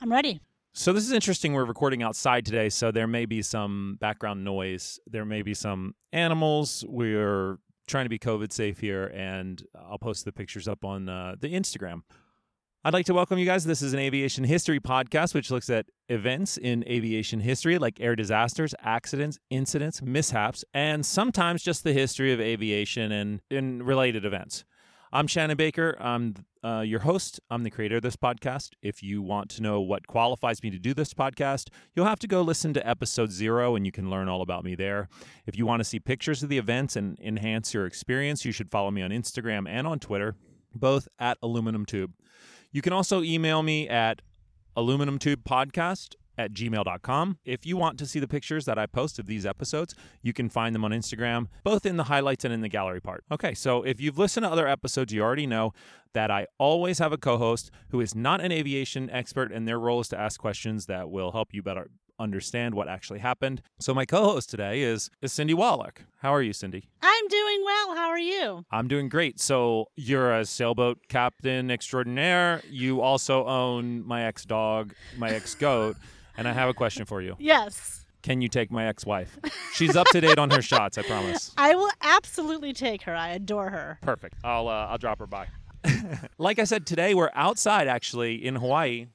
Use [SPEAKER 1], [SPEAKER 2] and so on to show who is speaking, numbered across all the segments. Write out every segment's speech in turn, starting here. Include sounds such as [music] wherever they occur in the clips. [SPEAKER 1] I'm ready.
[SPEAKER 2] So this is interesting. We're recording outside today, so there may be some background noise. There may be some animals. We're trying to be COVID safe here, and I'll post the pictures up on uh, the Instagram. I'd like to welcome you guys. This is an aviation history podcast, which looks at events in aviation history like air disasters, accidents, incidents, mishaps, and sometimes just the history of aviation and, and related events. I'm Shannon Baker. I'm uh, your host. I'm the creator of this podcast. If you want to know what qualifies me to do this podcast, you'll have to go listen to episode zero and you can learn all about me there. If you want to see pictures of the events and enhance your experience, you should follow me on Instagram and on Twitter, both at Aluminum Tube. You can also email me at aluminumtubepodcast at gmail.com. If you want to see the pictures that I post of these episodes, you can find them on Instagram, both in the highlights and in the gallery part. Okay, so if you've listened to other episodes, you already know that I always have a co host who is not an aviation expert, and their role is to ask questions that will help you better understand what actually happened. So my co host today is, is Cindy Wallach. How are you, Cindy?
[SPEAKER 1] I'm doing well. How are you?
[SPEAKER 2] I'm doing great. So you're a sailboat captain extraordinaire. You also own my ex dog, my ex goat, and I have a question for you.
[SPEAKER 1] Yes.
[SPEAKER 2] Can you take my ex wife? She's up to date on her shots. I promise.
[SPEAKER 1] I will absolutely take her. I adore her.
[SPEAKER 2] Perfect. I'll uh, I'll drop her by. [laughs] like I said, today we're outside actually in Hawaii.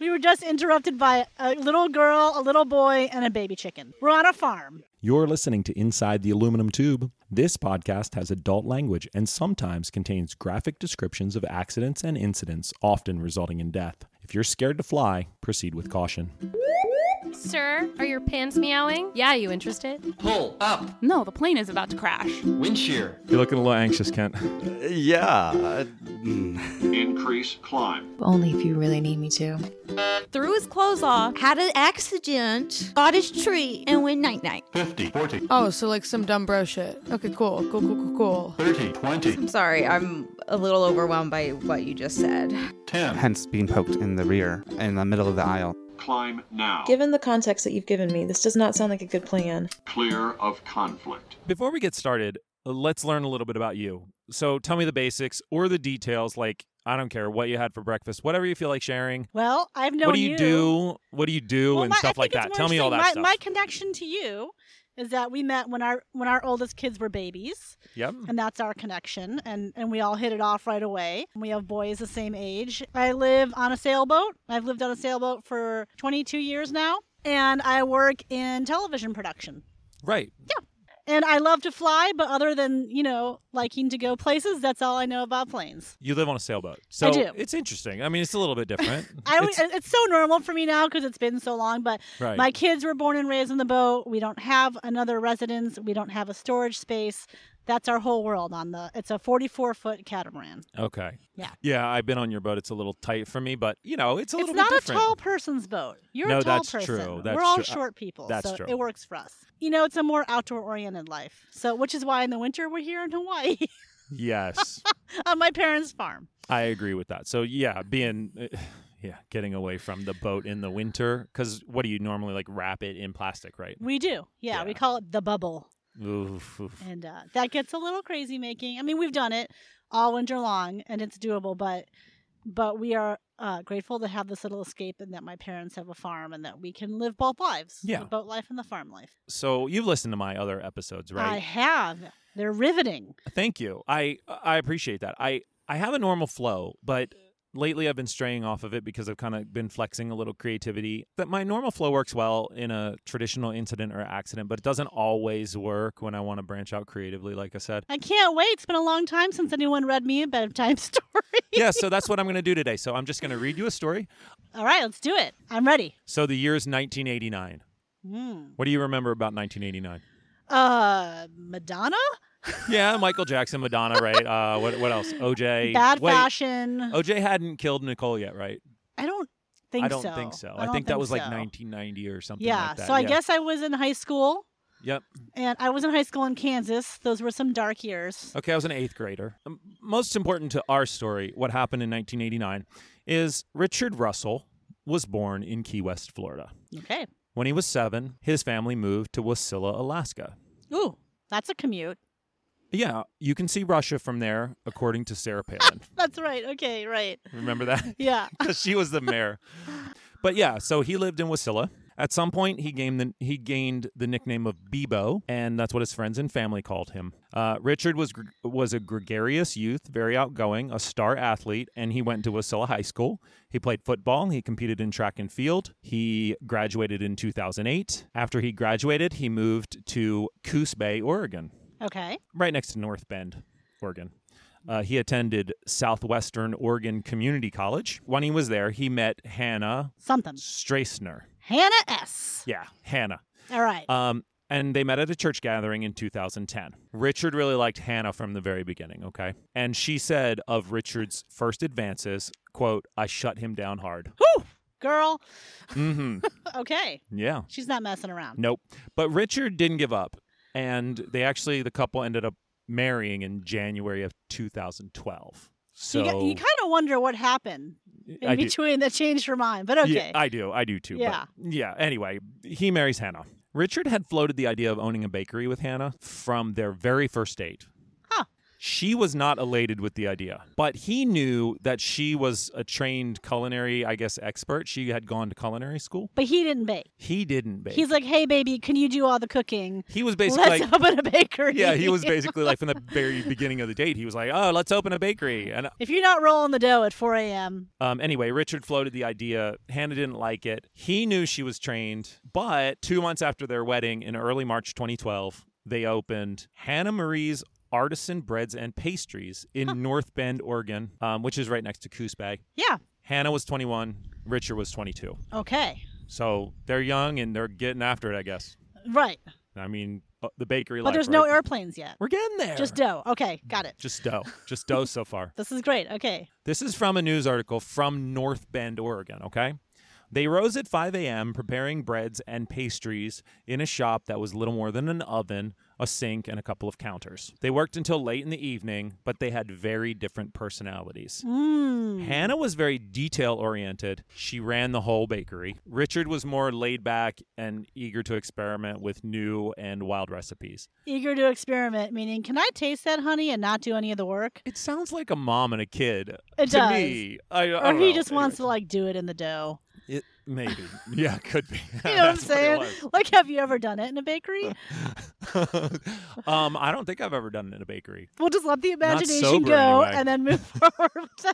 [SPEAKER 1] We were just interrupted by a little girl, a little boy, and a baby chicken. We're on a farm.
[SPEAKER 2] You're listening to Inside the Aluminum Tube. This podcast has adult language and sometimes contains graphic descriptions of accidents and incidents, often resulting in death. If you're scared to fly, proceed with caution.
[SPEAKER 3] Sir, are your pins meowing? Yeah, you interested?
[SPEAKER 4] Pull up.
[SPEAKER 3] No, the plane is about to crash.
[SPEAKER 4] Wind shear.
[SPEAKER 2] You're looking a little anxious, Kent.
[SPEAKER 5] Yeah.
[SPEAKER 6] Increase climb.
[SPEAKER 7] Only if you really need me to.
[SPEAKER 3] Threw his clothes off.
[SPEAKER 8] had an accident, got his tree, and went night night.
[SPEAKER 6] 50, 40,
[SPEAKER 9] Oh, so like some dumb bro shit. Okay, cool, cool, cool, cool, cool.
[SPEAKER 6] 30, 20,
[SPEAKER 10] I'm sorry, I'm a little overwhelmed by what you just said.
[SPEAKER 6] 10.
[SPEAKER 11] hence being poked in the rear in the middle of the aisle.
[SPEAKER 6] Climb now.
[SPEAKER 7] Given the context that you've given me, this does not sound like a good plan.
[SPEAKER 6] Clear of conflict.
[SPEAKER 2] Before we get started, let's learn a little bit about you. So tell me the basics or the details, like, I don't care what you had for breakfast, whatever you feel like sharing.
[SPEAKER 1] Well, I've known
[SPEAKER 2] what do you, do? What do you do?
[SPEAKER 1] Well,
[SPEAKER 2] and
[SPEAKER 1] my- I
[SPEAKER 2] stuff like
[SPEAKER 1] think it's
[SPEAKER 2] that.
[SPEAKER 1] more
[SPEAKER 2] Tell me all that
[SPEAKER 1] interesting. My,
[SPEAKER 2] stuff.
[SPEAKER 1] my connection to you is that we met when our when our oldest kids were babies,
[SPEAKER 2] Yep.
[SPEAKER 1] and that's our connection, and and we all hit it off right away. We have boys the same age. I live on a sailboat. I've lived on a sailboat for 22 years now, and I work in television production.
[SPEAKER 2] Right.
[SPEAKER 1] And I love to fly, but other than, you know, liking to go places, that's all I know about planes.
[SPEAKER 2] You live on a sailboat. So
[SPEAKER 1] do.
[SPEAKER 2] it's interesting. I mean, it's a little
[SPEAKER 1] [laughs]
[SPEAKER 2] bit different.
[SPEAKER 1] I,
[SPEAKER 2] It's-
[SPEAKER 1] it's, it's so normal for me now because it's been so long, but
[SPEAKER 2] right.
[SPEAKER 1] my kids were born and raised on the boat. We don't have another residence, we don't have a storage space. That's our whole world on the it's a 44 foot catamaran.
[SPEAKER 2] Okay.
[SPEAKER 1] Yeah.
[SPEAKER 2] Yeah, I've been on your boat. It's a little tight for me, but you know, it's a
[SPEAKER 1] It's
[SPEAKER 2] little
[SPEAKER 1] not
[SPEAKER 2] bit
[SPEAKER 1] a
[SPEAKER 2] different.
[SPEAKER 1] tall person's boat. You're
[SPEAKER 2] No,
[SPEAKER 1] a tall
[SPEAKER 2] that's
[SPEAKER 1] person.
[SPEAKER 2] true. That's
[SPEAKER 1] We're all
[SPEAKER 2] true. I-
[SPEAKER 1] short people,
[SPEAKER 2] that's
[SPEAKER 1] so
[SPEAKER 2] true.
[SPEAKER 1] it works for us. You know, it's a more outdoor oriented life. So, which is why in the winter we're here in Hawaii [laughs]
[SPEAKER 2] yes,
[SPEAKER 1] on my parents' farm.
[SPEAKER 2] I agree with that. So yeah, being [sighs] uh, yeah, getting away from the boat in the winter because what do you normally like wrap it in plastic, right?
[SPEAKER 1] We do. yeah.
[SPEAKER 2] Yeah.
[SPEAKER 1] we call it the bubble.
[SPEAKER 2] Oof, oof.
[SPEAKER 1] and uh, that gets a little crazy making. I mean, we've done it all winter long, and it's doable, but but we are uh, grateful to have this little escape, and that my parents have a farm, and that we can live both lives,
[SPEAKER 2] Yeah.
[SPEAKER 1] the boat life and the farm life.
[SPEAKER 2] So you've listened to my other episodes, right?
[SPEAKER 1] I have. They're riveting.
[SPEAKER 2] Thank you. I I appreciate that. I I have a normal flow, but lately I've been straying off of it because I've kind of been flexing a little creativity. That my normal flow works well in a traditional incident or accident, but it doesn't always work when I want to branch out creatively like I said.
[SPEAKER 1] I can't wait. It's been a long time since anyone read me a bedtime [laughs] story.
[SPEAKER 2] yeah, so that's what I'm going to do today. So I'm just going to read you a story.
[SPEAKER 1] all right, let's do it. I'm ready.
[SPEAKER 2] So the year is 1989.
[SPEAKER 1] Mm.
[SPEAKER 2] What do you remember about 1989?
[SPEAKER 1] Uh, Madonna,
[SPEAKER 2] Yeah, Michael Jackson, Madonna, right? Uh, what what else? OJ.
[SPEAKER 1] bad
[SPEAKER 2] Wait,
[SPEAKER 1] fashion.
[SPEAKER 2] OJ hadn't killed Nicole yet, right?
[SPEAKER 1] I don't think
[SPEAKER 2] I don't
[SPEAKER 1] so.
[SPEAKER 2] think so. I,
[SPEAKER 1] don't
[SPEAKER 2] think that was like
[SPEAKER 1] so.
[SPEAKER 2] 1990 or something
[SPEAKER 1] Yeah.
[SPEAKER 2] like that.
[SPEAKER 1] so I guess I was in high school.
[SPEAKER 2] Yep.
[SPEAKER 1] And I was in high school in Kansas. Those were some dark years.
[SPEAKER 2] Okay, I was an eighth grader. Um, Most important to our story, what happened in 1989, is Richard Russell was born in Key West, Florida.
[SPEAKER 1] Okay.
[SPEAKER 2] When he was seven, his family moved to Wasilla, Alaska.
[SPEAKER 1] Ooh, that's a commute.
[SPEAKER 2] Yeah, you can see Russia from there, according to Sarah Palin.
[SPEAKER 1] That's right. Okay, right.
[SPEAKER 2] Remember that?
[SPEAKER 1] Yeah. [laughs]
[SPEAKER 2] [laughs] 'Cause she was the mayor. But yeah, so he lived in Wasilla. At some point, he gained the he gained the nickname of Bebo, and that's what his friends and family called him. Uh, Richard was gr- was a gregarious youth, very outgoing, a star athlete, and he went to Wasilla High School. He played football. He competed in track and field. He graduated in 2008. After he graduated, he moved to Coos Bay, Oregon
[SPEAKER 1] Okay.
[SPEAKER 2] right next to North Bend, Oregon. Uh, he attended Southwestern Oregon Community College. When he was there, he met Hannah
[SPEAKER 1] Something.
[SPEAKER 2] Strassner.
[SPEAKER 1] Hannah S.
[SPEAKER 2] Yeah, Hannah.
[SPEAKER 1] All right.
[SPEAKER 2] Um, and they met at a church gathering in 2010. Richard really liked Hannah from the very beginning, okay? And she said of Richard's first advances, quote, I shut him down [laughs] hard.
[SPEAKER 1] Girl.
[SPEAKER 2] mm-hmm.
[SPEAKER 1] Okay.
[SPEAKER 2] Yeah.
[SPEAKER 1] She's not messing around.
[SPEAKER 2] Nope. But Richard didn't give up. And they actually, the couple ended up marrying in January of 2012. So
[SPEAKER 1] you, get- you kind of wonder what happened in
[SPEAKER 2] I do-
[SPEAKER 1] between that changed her mind, but
[SPEAKER 2] [laughs] Yeah,
[SPEAKER 1] okay.
[SPEAKER 2] I do. I do too. but-
[SPEAKER 1] Yeah.
[SPEAKER 2] yeah. Anyway, he marries Hannah. Richard had floated the idea of owning a bakery with Hannah from their very first date.
[SPEAKER 1] Huh.
[SPEAKER 2] She was not elated with the idea, but he knew that she was a trained culinary, I guess, expert. She had gone to culinary school.
[SPEAKER 1] but he didn't bake.
[SPEAKER 2] He didn't bake.
[SPEAKER 1] He's like, hey, baby, can you do all the cooking?
[SPEAKER 2] he was basically
[SPEAKER 1] Let's
[SPEAKER 2] like,
[SPEAKER 1] open a bakery.
[SPEAKER 2] yeah, he was basically like from the very beginning of the date. He was like, "Oh, let's open a bakery." And
[SPEAKER 1] [laughs] If you're not rolling the dough at 4 a.m.,
[SPEAKER 2] um, anyway, Richard floated the idea. Hannah didn't like it. He knew she was trained, but two months after their wedding, in early March 2012, they opened Hannah Marie's Artisan Breads and Pastries in North Bend, Oregon, um, which is right next to Coos Bay.
[SPEAKER 1] yeah,
[SPEAKER 2] Hannah was 21. Richard was 22.
[SPEAKER 1] okay,
[SPEAKER 2] So they're young and they're getting after it, I guess.
[SPEAKER 1] right.
[SPEAKER 2] I mean, uh, the bakery.
[SPEAKER 1] But
[SPEAKER 2] life,
[SPEAKER 1] there's no
[SPEAKER 2] right?
[SPEAKER 1] airplanes yet.
[SPEAKER 2] We're getting there.
[SPEAKER 1] Just dough. Okay, got it.
[SPEAKER 2] Just dough. Just dough so far.
[SPEAKER 1] This is great. Okay.
[SPEAKER 2] This is from a news article from North Bend, Oregon, okay? They rose at 5 a.m. preparing breads and pastries in a shop that was little more than an oven, a sink, and a couple of counters. They worked until late in the evening, but they had very different personalities.
[SPEAKER 1] Mm.
[SPEAKER 2] Hannah was very detail oriented. She ran the whole bakery. Richard was more laid back and eager to experiment with new and wild recipes.
[SPEAKER 1] Eager to experiment, meaning, can I taste that honey and not do any of the work?
[SPEAKER 2] It sounds like a mom and a kid
[SPEAKER 1] It
[SPEAKER 2] to
[SPEAKER 1] does.
[SPEAKER 2] me. I, I
[SPEAKER 1] Or
[SPEAKER 2] don't
[SPEAKER 1] he
[SPEAKER 2] know.
[SPEAKER 1] just wants to like do it in the dough.
[SPEAKER 2] It maybe. Yeah, it could be. [laughs]
[SPEAKER 1] You know what I'm
[SPEAKER 2] That's
[SPEAKER 1] saying?
[SPEAKER 2] it
[SPEAKER 1] Like, have you ever done it in a
[SPEAKER 2] Uh,
[SPEAKER 1] bakery?
[SPEAKER 2] was. [laughs] um, I don't think I've ever done it in a bakery.
[SPEAKER 1] We'll just let the imagination
[SPEAKER 2] sober,
[SPEAKER 1] go
[SPEAKER 2] anyway.
[SPEAKER 1] and then
[SPEAKER 2] [laughs]
[SPEAKER 1] move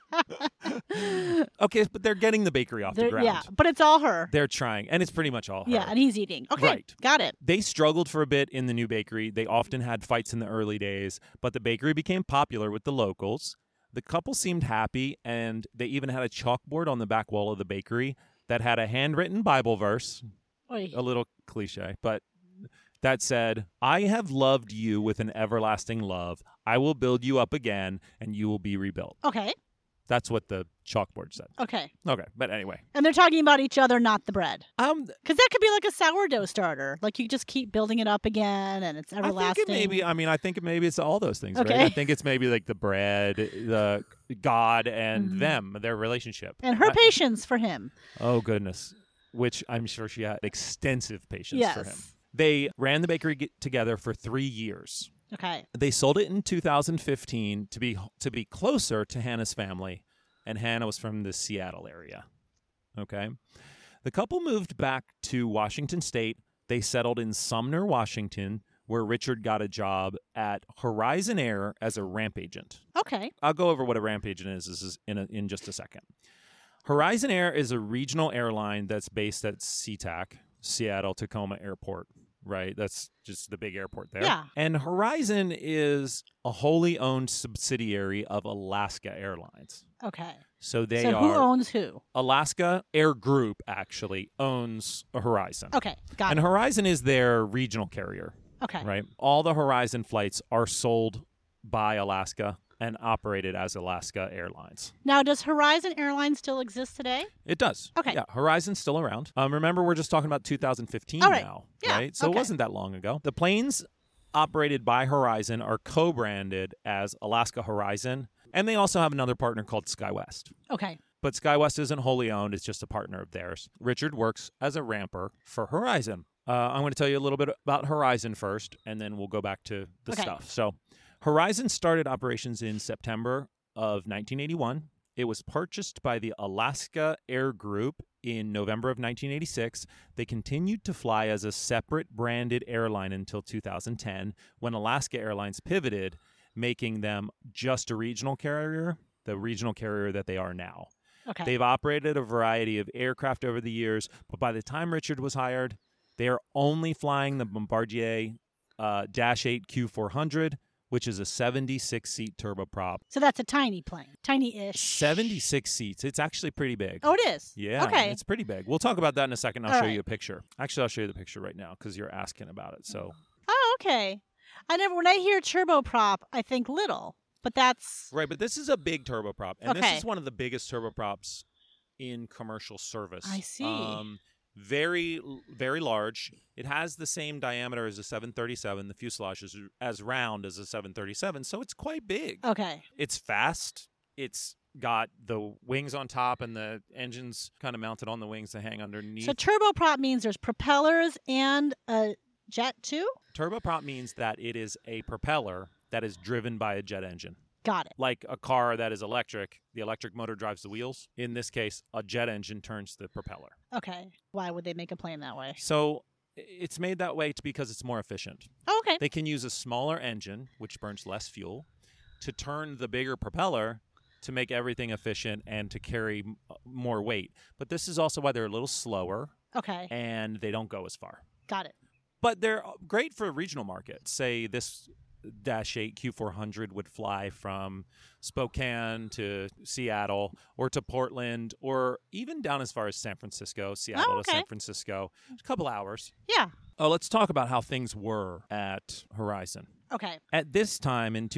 [SPEAKER 1] [laughs] forward.
[SPEAKER 2] Okay, but they're getting the bakery off the
[SPEAKER 1] There-
[SPEAKER 2] ground.
[SPEAKER 1] yeah, but it's all her.
[SPEAKER 2] They're trying, and it's pretty much all.
[SPEAKER 1] Yeah,
[SPEAKER 2] her.
[SPEAKER 1] and he's eating. Okay,
[SPEAKER 2] Right.
[SPEAKER 1] got it.
[SPEAKER 2] They struggled for a bit in the new bakery. They often had fights in the early days, but the bakery became popular with the locals. The couple seemed happy, and they even had a chalkboard on the back wall of the bakery that had a handwritten Bible verse,
[SPEAKER 1] Oy.
[SPEAKER 2] a little cliche, but
[SPEAKER 1] Mm-hmm.
[SPEAKER 2] that said, I have loved you with an everlasting love. I will build you up again, and you will be rebuilt.
[SPEAKER 1] Okay,
[SPEAKER 2] That's what the chalkboard said.
[SPEAKER 1] okay.
[SPEAKER 2] Okay, but anyway,
[SPEAKER 1] And they're talking about each other, not the bread.
[SPEAKER 2] um,
[SPEAKER 1] Because that could be like a sourdough starter. Like you just keep building it up again and it's
[SPEAKER 2] I think
[SPEAKER 1] everlasting.
[SPEAKER 2] it maybe. I mean, I think it maybe it's all those things. Right?
[SPEAKER 1] Okay.
[SPEAKER 2] I think it's maybe like the bread, the God, and
[SPEAKER 1] Mhm.
[SPEAKER 2] them, their relationship,
[SPEAKER 1] and her
[SPEAKER 2] I-
[SPEAKER 1] patience for him.
[SPEAKER 2] Oh goodness, which I'm sure she had extensive patience
[SPEAKER 1] Yes.
[SPEAKER 2] for him. They ran the bakery g- together for three years.
[SPEAKER 1] Okay.
[SPEAKER 2] They sold it in 2015 to be to be closer to Hannah's family, and Hannah was from the Seattle area. Okay. The couple moved back to Washington state. They settled in Sumner, Washington, where Richard got a job at Horizon Air as a ramp agent.
[SPEAKER 1] Okay.
[SPEAKER 2] I'll go over what a ramp agent is, this is in, a, in just a second. Horizon Air is a regional airline that's based at SeaTac, Seattle Tacoma Airport, right? That's just the big airport there.
[SPEAKER 1] Yeah.
[SPEAKER 2] And Horizon is a wholly owned subsidiary of Alaska Airlines.
[SPEAKER 1] Okay.
[SPEAKER 2] So they
[SPEAKER 1] so
[SPEAKER 2] are
[SPEAKER 1] who owns who?
[SPEAKER 2] Alaska Air Group actually owns Horizon.
[SPEAKER 1] Okay. Oh, Got
[SPEAKER 2] And
[SPEAKER 1] it.
[SPEAKER 2] Horizon is their regional carrier
[SPEAKER 1] okay.
[SPEAKER 2] right? All the Horizon flights are sold by Alaska and operated as Alaska Airlines.
[SPEAKER 1] Now, does Horizon Airlines still exist today?
[SPEAKER 2] It does.
[SPEAKER 1] Okay.
[SPEAKER 2] Yeah, Horizon's still around. Um, remember, we're just talking about 2015
[SPEAKER 1] All right.
[SPEAKER 2] now,
[SPEAKER 1] Yeah,
[SPEAKER 2] right? So
[SPEAKER 1] okay.
[SPEAKER 2] it wasn't that long ago. The planes operated by Horizon are co-branded as Alaska Horizon, and they also have another partner called SkyWest.
[SPEAKER 1] Okay.
[SPEAKER 2] But SkyWest isn't wholly owned; it's just a partner of theirs. Richard works as a ramper for Horizon. Uh, I'm going to tell you a little bit about Horizon first, and then we'll go back to the
[SPEAKER 1] Okay.
[SPEAKER 2] stuff. So, Horizon started operations in September of 1981. It was purchased by the Alaska Air Group in November of 1986. They continued to fly as a separate branded airline until 2010, when Alaska Airlines pivoted, making them just a regional carrier, the regional carrier that they are now.
[SPEAKER 1] Okay.
[SPEAKER 2] They've operated a variety of aircraft over the years, but by the time Richard was hired, they are only flying the Bombardier uh, Dash 8 Q400, which is a 76 seat turboprop.
[SPEAKER 1] so that's a tiny plane, tiny-ish.
[SPEAKER 2] 76 seats. It's actually pretty big.
[SPEAKER 1] Oh, it is.
[SPEAKER 2] Yeah,
[SPEAKER 1] Okay.
[SPEAKER 2] it's pretty big. We'll talk about that in a second. I'll
[SPEAKER 1] All
[SPEAKER 2] show
[SPEAKER 1] right.
[SPEAKER 2] you a picture. Actually, I'll show you the picture right now because you're asking about it. So,
[SPEAKER 1] Oh, okay. I never. When I hear turboprop, I think little, but that's
[SPEAKER 2] right, but this is a big turboprop, and
[SPEAKER 1] Okay.
[SPEAKER 2] this is one of the biggest turboprops in commercial service. Um,
[SPEAKER 1] I see.
[SPEAKER 2] very, very large. It has the same diameter as a 737. The fuselage is as round as a 737, so it's quite big.
[SPEAKER 1] okay.
[SPEAKER 2] It's fast. It's got the wings on top and the engines kind of mounted on the wings to hang underneath.
[SPEAKER 1] So turboprop means there's propellers and a jet too.
[SPEAKER 2] Turboprop means that it is a propeller that is driven by a jet engine.
[SPEAKER 1] Got it.
[SPEAKER 2] Like a car that is electric, the electric motor drives the wheels. In this case, a jet engine turns the propeller.
[SPEAKER 1] Okay. Why would they make a plane that way?
[SPEAKER 2] So i- it's made that way t- because it's more efficient.
[SPEAKER 1] Oh, okay.
[SPEAKER 2] They can use a smaller engine, which burns less fuel, to turn the bigger propeller to make everything efficient and to carry m- uh, more weight. But this is also why they're a little slower
[SPEAKER 1] Okay.
[SPEAKER 2] and they don't go as far.
[SPEAKER 1] Got it.
[SPEAKER 2] but they're uh, great for regional markets. Say this Dash 8 Q400 would fly from Spokane to Seattle or to Portland or even down as far as San Francisco, Seattle to San
[SPEAKER 1] Oh, okay.
[SPEAKER 2] Francisco, a couple hours.
[SPEAKER 1] Yeah.
[SPEAKER 2] Oh, let's talk about how things were at Horizon.
[SPEAKER 1] Okay.
[SPEAKER 2] At this time in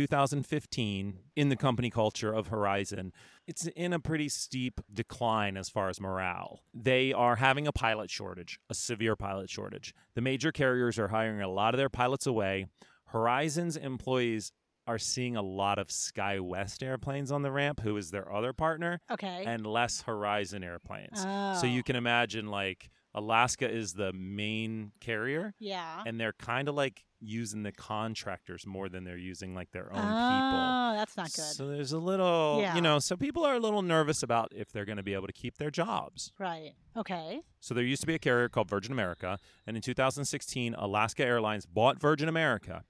[SPEAKER 2] 2015, in the company culture of Horizon, it's in a pretty steep decline as far as morale. They are having a pilot shortage, a severe pilot shortage. The major carriers are hiring a lot of their pilots away. Horizon's employees are seeing a lot of SkyWest airplanes on the ramp, who is their other partner,
[SPEAKER 1] Okay.
[SPEAKER 2] and less Horizon airplanes. So
[SPEAKER 1] Oh.
[SPEAKER 2] you can imagine, like, Alaska is the main carrier
[SPEAKER 1] yeah.
[SPEAKER 2] and they're kind of like using the contractors more than they're using like their own people.
[SPEAKER 1] Oh, that's not good.
[SPEAKER 2] So there's a little,
[SPEAKER 1] Yeah.
[SPEAKER 2] you know, so people are a little nervous about if they're going to be able to keep their jobs.
[SPEAKER 1] right. Okay.
[SPEAKER 2] So there used to be a carrier called Virgin America, and in 2016, Alaska Airlines bought Virgin America,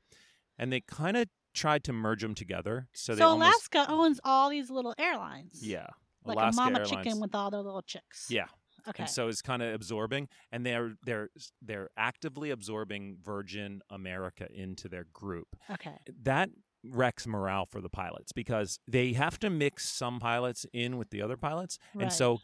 [SPEAKER 2] and they kind of tried to merge them together. So,
[SPEAKER 1] So,
[SPEAKER 2] they almost,
[SPEAKER 1] Alaska owns all these little airlines.
[SPEAKER 2] yeah,
[SPEAKER 1] Like
[SPEAKER 2] Alaska
[SPEAKER 1] a mama
[SPEAKER 2] Airlines,
[SPEAKER 1] chicken with all their little chicks.
[SPEAKER 2] yeah,
[SPEAKER 1] Okay.
[SPEAKER 2] and so it's kind of absorbing, and they're they're they're actively absorbing Virgin America into their group.
[SPEAKER 1] okay.
[SPEAKER 2] that wrecks morale for the pilots because they have to mix some pilots in with the other pilots.
[SPEAKER 1] Right.
[SPEAKER 2] And so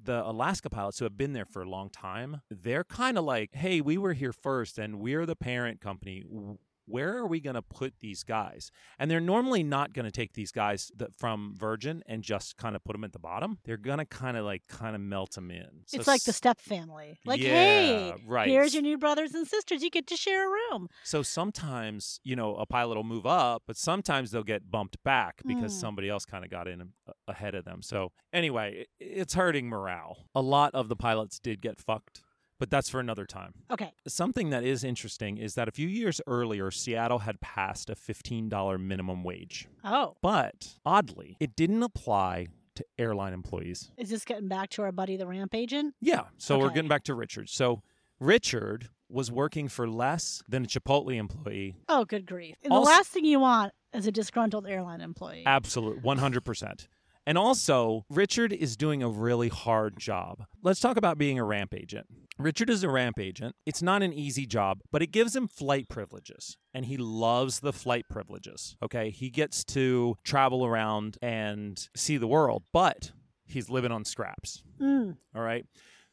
[SPEAKER 2] the Alaska pilots who have been there for a long time, they're kind of like, hey, we were here first and we're the parent company. W- Where are we going to put these guys? And they're normally not going to take these guys that from Virgin and just kind of put them at the bottom. They're going to kind of like kind of melt them in. So
[SPEAKER 1] it's like the
[SPEAKER 2] s-
[SPEAKER 1] step family. Like,
[SPEAKER 2] Yeah,
[SPEAKER 1] hey,
[SPEAKER 2] right.
[SPEAKER 1] here's your new brothers and sisters. You get to share a room.
[SPEAKER 2] So sometimes, you know, a pilot will move up, but sometimes they'll get bumped back because
[SPEAKER 1] Mm.
[SPEAKER 2] somebody else kind of got in a- ahead of them. So anyway, i- it's hurting morale. A lot of the pilots did get fucked, but that's for another time.
[SPEAKER 1] Okay.
[SPEAKER 2] Something that is interesting is that a few years earlier, Seattle had passed a $15 minimum wage.
[SPEAKER 1] Oh,
[SPEAKER 2] But oddly, it didn't apply to airline employees.
[SPEAKER 1] is this getting back to our buddy the ramp agent?
[SPEAKER 2] Yeah. So we're
[SPEAKER 1] Okay.
[SPEAKER 2] getting back to Richard. So Richard was working for less than a Chipotle employee
[SPEAKER 1] Oh, good grief. And
[SPEAKER 2] Also-
[SPEAKER 1] the last thing you want is a disgruntled airline employee.
[SPEAKER 2] Absolute, 100%. And also, Richard is doing a really hard job. Let's talk about being a ramp agent. Richard is a ramp agent. It's not an easy job, but it gives him flight privileges, and he loves the flight privileges. Okay. He gets to travel around and see the world, but he's living on scraps.
[SPEAKER 1] Mm,
[SPEAKER 2] All right.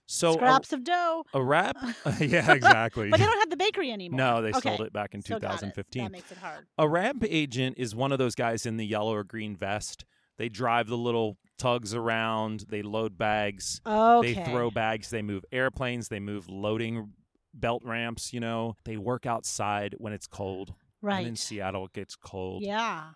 [SPEAKER 2] So, oh a-
[SPEAKER 1] scraps of dough.
[SPEAKER 2] [laughs] a,
[SPEAKER 1] [laughs]
[SPEAKER 2] wrap. yeah, exactly.
[SPEAKER 1] But they don't have the bakery anymore.
[SPEAKER 2] [laughs] no, they
[SPEAKER 1] Okay,
[SPEAKER 2] sold it back in
[SPEAKER 1] so got it.
[SPEAKER 2] 2015.
[SPEAKER 1] That makes it hard.
[SPEAKER 2] A ramp agent is one of those guys in the yellow or green vest. They drive the little tugs around, they load bags,
[SPEAKER 1] Okay.
[SPEAKER 2] they throw bags, they move airplanes, they move loading belt ramps, you know. They work outside when it's cold. And in
[SPEAKER 1] Right.
[SPEAKER 2] Seattle it gets cold.
[SPEAKER 1] Yeah.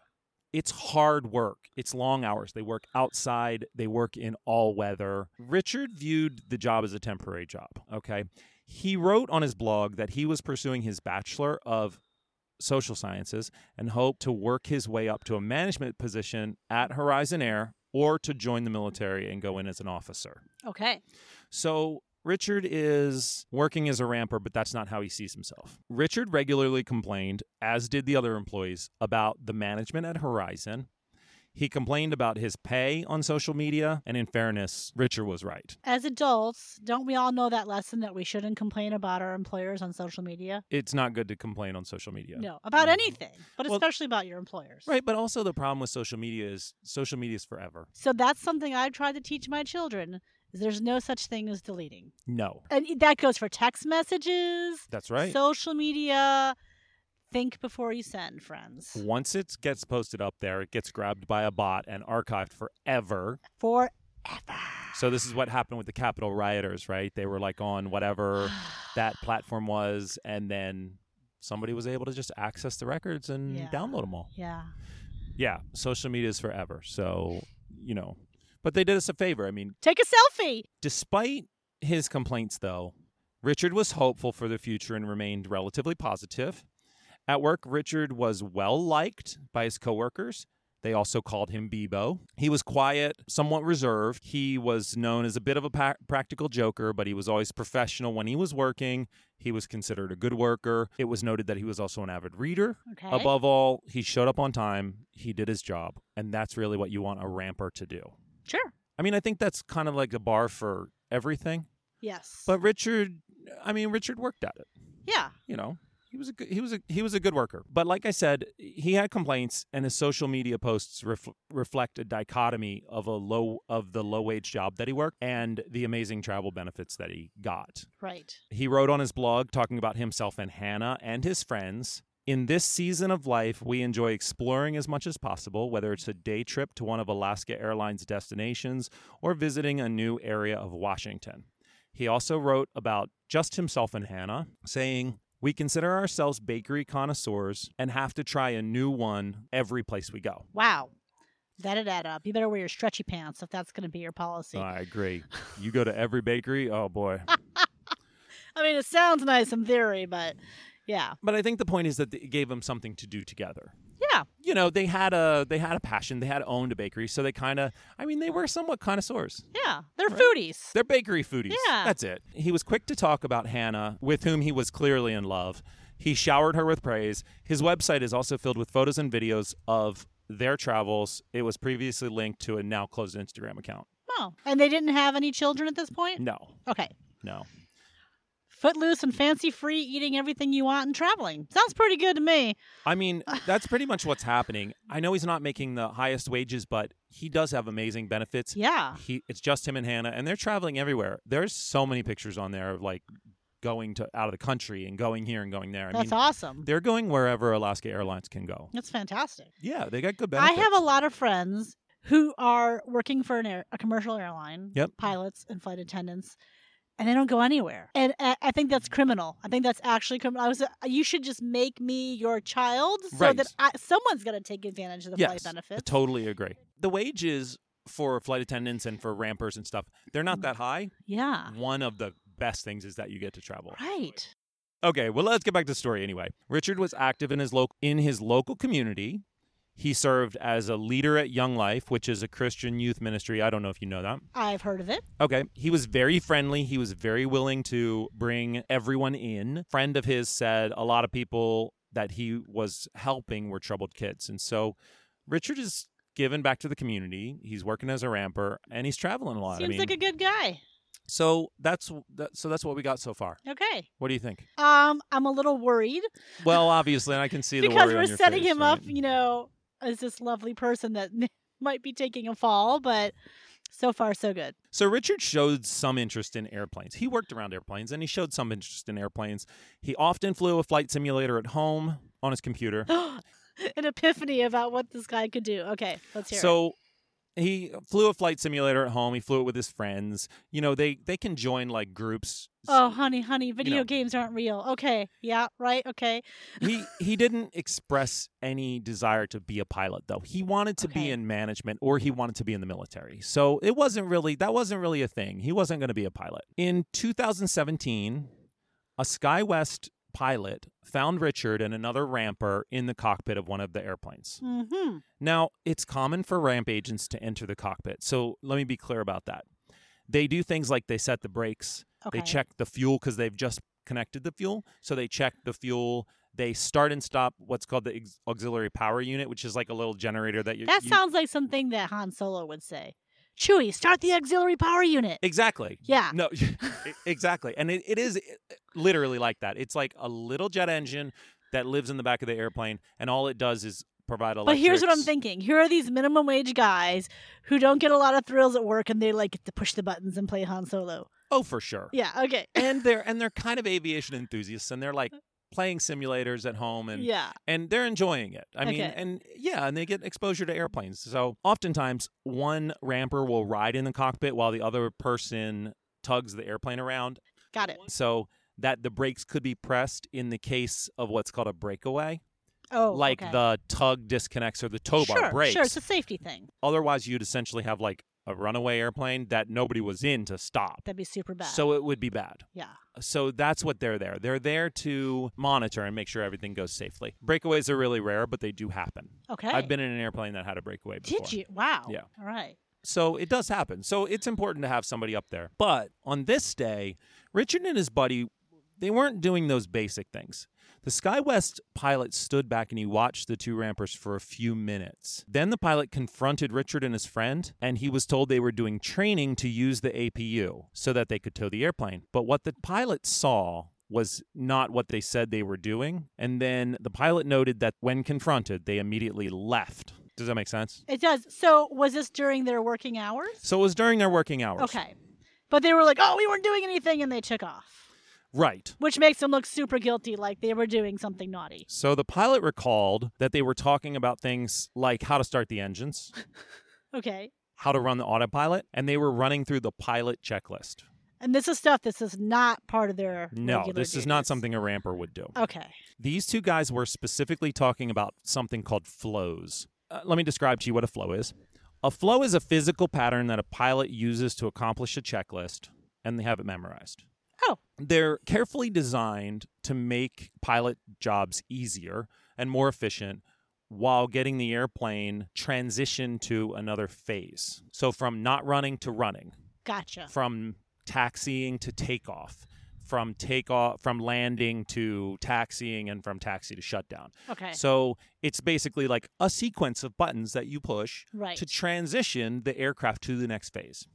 [SPEAKER 2] It's hard work. It's long hours. They work outside, they work in all weather. Richard viewed the job as a temporary job, okay? He wrote on his blog that he was pursuing his bachelor of social sciences and hoped to work his way up to a management position at Horizon Air or to join the military and go in as an officer.
[SPEAKER 1] Okay.
[SPEAKER 2] So Richard is working as a ramper, but that's not how he sees himself. Richard regularly complained, as did the other employees, about the management at Horizon. He complained about his pay on social media, and in fairness, Richard was right.
[SPEAKER 1] As adults, don't we all know that lesson that we shouldn't complain about our employers on social media?
[SPEAKER 2] It's not good to complain on social media.
[SPEAKER 1] No, about anything, but
[SPEAKER 2] Mm-hmm. Well-
[SPEAKER 1] especially about your employers.
[SPEAKER 2] Right, but also the problem with social media is social media is forever.
[SPEAKER 1] So that's something I've tried to teach my children. Is there's no such thing as deleting.
[SPEAKER 2] No.
[SPEAKER 1] And that goes for text messages,
[SPEAKER 2] That's right.
[SPEAKER 1] social media. Think before you send, friends.
[SPEAKER 2] Once it gets posted up there, it gets grabbed by a bot and archived forever.
[SPEAKER 1] For
[SPEAKER 2] So this is what happened with the Capitol rioters, right? They were like on whatever that platform was, and then somebody was able to just access the records and
[SPEAKER 1] Yeah.
[SPEAKER 2] download them all.
[SPEAKER 1] yeah.
[SPEAKER 2] Yeah, social media is forever. So, you know, but they did us a favor. I mean,
[SPEAKER 1] Take a selfie.
[SPEAKER 2] Despite his complaints, though, Richard was hopeful for the future and remained relatively positive. At work, Richard was well liked by his coworkers. They also called him Bebo. He was quiet, somewhat reserved. He was known as a bit of a pa- practical joker, but he was always professional when he was working. He was considered a good worker. It was noted that he was also an avid reader.
[SPEAKER 1] Okay.
[SPEAKER 2] Above all, he showed up on time, he did his job, and that's really what you want a ramper to do.
[SPEAKER 1] Sure.
[SPEAKER 2] I mean, I think that's kind of like the bar for everything.
[SPEAKER 1] Yes.
[SPEAKER 2] But Richard, I mean, Richard worked at it.
[SPEAKER 1] yeah.
[SPEAKER 2] You know, he was a good, he was a he was a good worker. But like I said, he had complaints, and his social media posts ref, reflect a dichotomy of a low of the low wage job that he worked and the amazing travel benefits that he got.
[SPEAKER 1] Right.
[SPEAKER 2] He wrote on his blog talking about himself and Hannah and his friends. In this season of life, we enjoy exploring as much as possible, whether it's a day trip to one of Alaska Airlines' destinations or visiting a new area of Washington. He also wrote about just himself and Hannah, saying, We consider ourselves bakery connoisseurs and have to try a new one every place we go.
[SPEAKER 1] Wow. That'd add up. You better wear your stretchy pants if that's going to be your policy.
[SPEAKER 2] I agree. You go to every bakery, oh boy.
[SPEAKER 1] I mean, it sounds nice in theory, but yeah.
[SPEAKER 2] But I think the point is that it gave them something to do together.
[SPEAKER 1] Yeah.
[SPEAKER 2] you know they had a they had a passion they had owned a bakery so they kind of i mean they were somewhat connoisseurs
[SPEAKER 1] Yeah. They're foodies.
[SPEAKER 2] they're bakery foodies
[SPEAKER 1] Yeah.
[SPEAKER 2] that's it he was quick to talk about hannah with whom he was clearly in love he showered her with praise his website is also filled with photos and videos of their travels it was previously linked to a now closed instagram account
[SPEAKER 1] Oh. And they didn't have any children at this point?
[SPEAKER 2] no
[SPEAKER 1] Okay.
[SPEAKER 2] no
[SPEAKER 1] Footloose and fancy free, eating everything you want and traveling. Sounds pretty good to me.
[SPEAKER 2] I mean, that's pretty much what's happening. I know he's not making the highest wages, but he does have amazing benefits.
[SPEAKER 1] Yeah.
[SPEAKER 2] He it's just him and Hannah and they're traveling everywhere. There's so many pictures on there of like going to out of the country and going here and going there. I
[SPEAKER 1] That's
[SPEAKER 2] mean,
[SPEAKER 1] awesome.
[SPEAKER 2] they're going wherever Alaska Airlines can go.
[SPEAKER 1] That's fantastic.
[SPEAKER 2] Yeah, they got good benefits.
[SPEAKER 1] I have a lot of friends who are working for an air, a commercial airline,
[SPEAKER 2] Yep.
[SPEAKER 1] pilots and flight attendants, and they don't go anywhere. And uh, I think that's criminal. I think that's actually criminal. I was, uh, you should just make me your child so
[SPEAKER 2] Right.
[SPEAKER 1] that I, someone's going to take advantage of the
[SPEAKER 2] yes,
[SPEAKER 1] flight benefits.
[SPEAKER 2] I totally agree. The wages for flight attendants and for rampers and stuff, they're not that high.
[SPEAKER 1] yeah.
[SPEAKER 2] One of the best things is that you get to travel.
[SPEAKER 1] Ah. Right.
[SPEAKER 2] Okay, well let's get back to the story anyway. Richard was active in his local in his local community. He served as a leader at Young Life, which is a Christian youth ministry. I don't know if you know that.
[SPEAKER 1] I've heard of it.
[SPEAKER 2] Okay. He was very friendly. He was very willing to bring everyone in. Friend of his said a lot of people that he was helping were troubled kids. And so Richard is given back to the community. He's working as a ramper and he's traveling a lot.
[SPEAKER 1] Seems
[SPEAKER 2] I mean,
[SPEAKER 1] like a good guy.
[SPEAKER 2] so that's that, so that's what we got so far.
[SPEAKER 1] Okay.
[SPEAKER 2] What do you think?
[SPEAKER 1] Um, I'm a little worried [laughs]
[SPEAKER 2] Well, obviously, and I can see the
[SPEAKER 1] because
[SPEAKER 2] worry on
[SPEAKER 1] we're
[SPEAKER 2] your
[SPEAKER 1] setting
[SPEAKER 2] face,
[SPEAKER 1] him
[SPEAKER 2] right?
[SPEAKER 1] up, you know, as this lovely person that [laughs] might be taking a fall, but so far so good. [gasps]
[SPEAKER 2] So Richard showed some interest in airplanes. He worked around airplanes and he showed some interest in airplanes. He often flew a flight simulator at home on his computer.
[SPEAKER 1] an epiphany about what this guy could do. Okay, let's hear it.
[SPEAKER 2] so he flew a flight simulator at home. He flew it with his friends. You know, they they can join like groups.
[SPEAKER 1] Oh, honey, honey, video
[SPEAKER 2] know.
[SPEAKER 1] games aren't real. Okay, yeah, right, okay. [laughs]
[SPEAKER 2] He he didn't express any desire to be a pilot though. He wanted to be
[SPEAKER 1] Okay.
[SPEAKER 2] in management or he wanted to be in the military. So it wasn't really that wasn't really a thing. He wasn't going to be a pilot. In 2017, a SkyWest pilot found Richard and another ramper in the cockpit of one of the airplanes.
[SPEAKER 1] Mm-hmm.
[SPEAKER 2] Now, it's common for ramp agents to enter the cockpit. So let me be clear about that. They do things like they set the brakes,
[SPEAKER 1] Okay.
[SPEAKER 2] they check the fuel because they've just connected the fuel. So they check the fuel. They start and stop what's called the ex- auxiliary power unit, which is like a little generator that you.
[SPEAKER 1] That
[SPEAKER 2] you-
[SPEAKER 1] sounds like something that Han Solo would say. Chewie, start the auxiliary power unit.
[SPEAKER 2] Exactly.
[SPEAKER 1] Yeah. [laughs]
[SPEAKER 2] No, e- exactly. And it, it is i- literally like that. It's like a little jet engine that lives in the back of the airplane, and all it does is provide electric.
[SPEAKER 1] But here's what I'm thinking. Here are these minimum wage guys who don't get a lot of thrills at work and they like get to push the buttons and play Han Solo.
[SPEAKER 2] Oh, for sure.
[SPEAKER 1] Yeah, okay.
[SPEAKER 2] And they're and they're kind of aviation enthusiasts, and they're like playing simulators at home, and
[SPEAKER 1] Uh yeah.
[SPEAKER 2] and they're enjoying it. I mean,
[SPEAKER 1] Okay.
[SPEAKER 2] and yeah, and they get exposure to airplanes. So oftentimes, one ramper will ride in the cockpit while the other person tugs the airplane around,
[SPEAKER 1] Got it.
[SPEAKER 2] so that the brakes could be pressed in the case of what's called a breakaway,
[SPEAKER 1] Oh,
[SPEAKER 2] like
[SPEAKER 1] okay.
[SPEAKER 2] the tug disconnects or the tow bar
[SPEAKER 1] sure,
[SPEAKER 2] breaks.
[SPEAKER 1] Sure, it's a safety thing.
[SPEAKER 2] Otherwise, you'd essentially have like a runaway airplane that nobody was in to stop.
[SPEAKER 1] That'd be super bad.
[SPEAKER 2] So it would be bad.
[SPEAKER 1] yeah.
[SPEAKER 2] So that's what they're there. They're there to monitor and make sure everything goes safely. Breakaways are really rare, but they do happen.
[SPEAKER 1] Okay.
[SPEAKER 2] I've been in an airplane that had a breakaway before.
[SPEAKER 1] Did you? Wow.
[SPEAKER 2] Yeah.
[SPEAKER 1] All right.
[SPEAKER 2] So it does happen. So it's important to have somebody up there. But on this day, Richard and his buddy, they weren't doing those basic things. The SkyWest pilot stood back and he watched the two rampers for a few minutes. Then the pilot confronted Richard and his friend, and he was told they were doing training to use the APU so that they could tow the airplane. But what the pilot saw was not what they said they were doing. And then the pilot noted that when confronted, they immediately left. Does that make sense?
[SPEAKER 1] It does. So was this during their working hours?
[SPEAKER 2] So it was during their working hours.
[SPEAKER 1] Okay. But they were like, oh, we weren't doing anything, and they took off,
[SPEAKER 2] Right.
[SPEAKER 1] which makes them look super guilty, like they were doing something naughty.
[SPEAKER 2] So the pilot recalled that they were talking about things like how to start the engines,
[SPEAKER 1] Okay.
[SPEAKER 2] how to run the autopilot, and they were running through the pilot checklist.
[SPEAKER 1] And this is stuff. This is not part of their.
[SPEAKER 2] No,
[SPEAKER 1] regular
[SPEAKER 2] this is not
[SPEAKER 1] duties.
[SPEAKER 2] something a ramper would do.
[SPEAKER 1] Okay.
[SPEAKER 2] These two guys were specifically talking about something called flows. Uh, let me describe to you what a flow is. A flow is a physical pattern that a pilot uses to accomplish a checklist, and they have it memorized.
[SPEAKER 1] Oh.
[SPEAKER 2] They're carefully designed to make pilot jobs easier and more efficient while getting the airplane transition to another phase. So from not running to running
[SPEAKER 1] Gotcha.
[SPEAKER 2] from taxiing to takeoff from takeoff from landing to taxiing and from taxi to shutdown
[SPEAKER 1] Okay.
[SPEAKER 2] so it's basically like a sequence of buttons that you push
[SPEAKER 1] Right.
[SPEAKER 2] to transition the aircraft to the next phase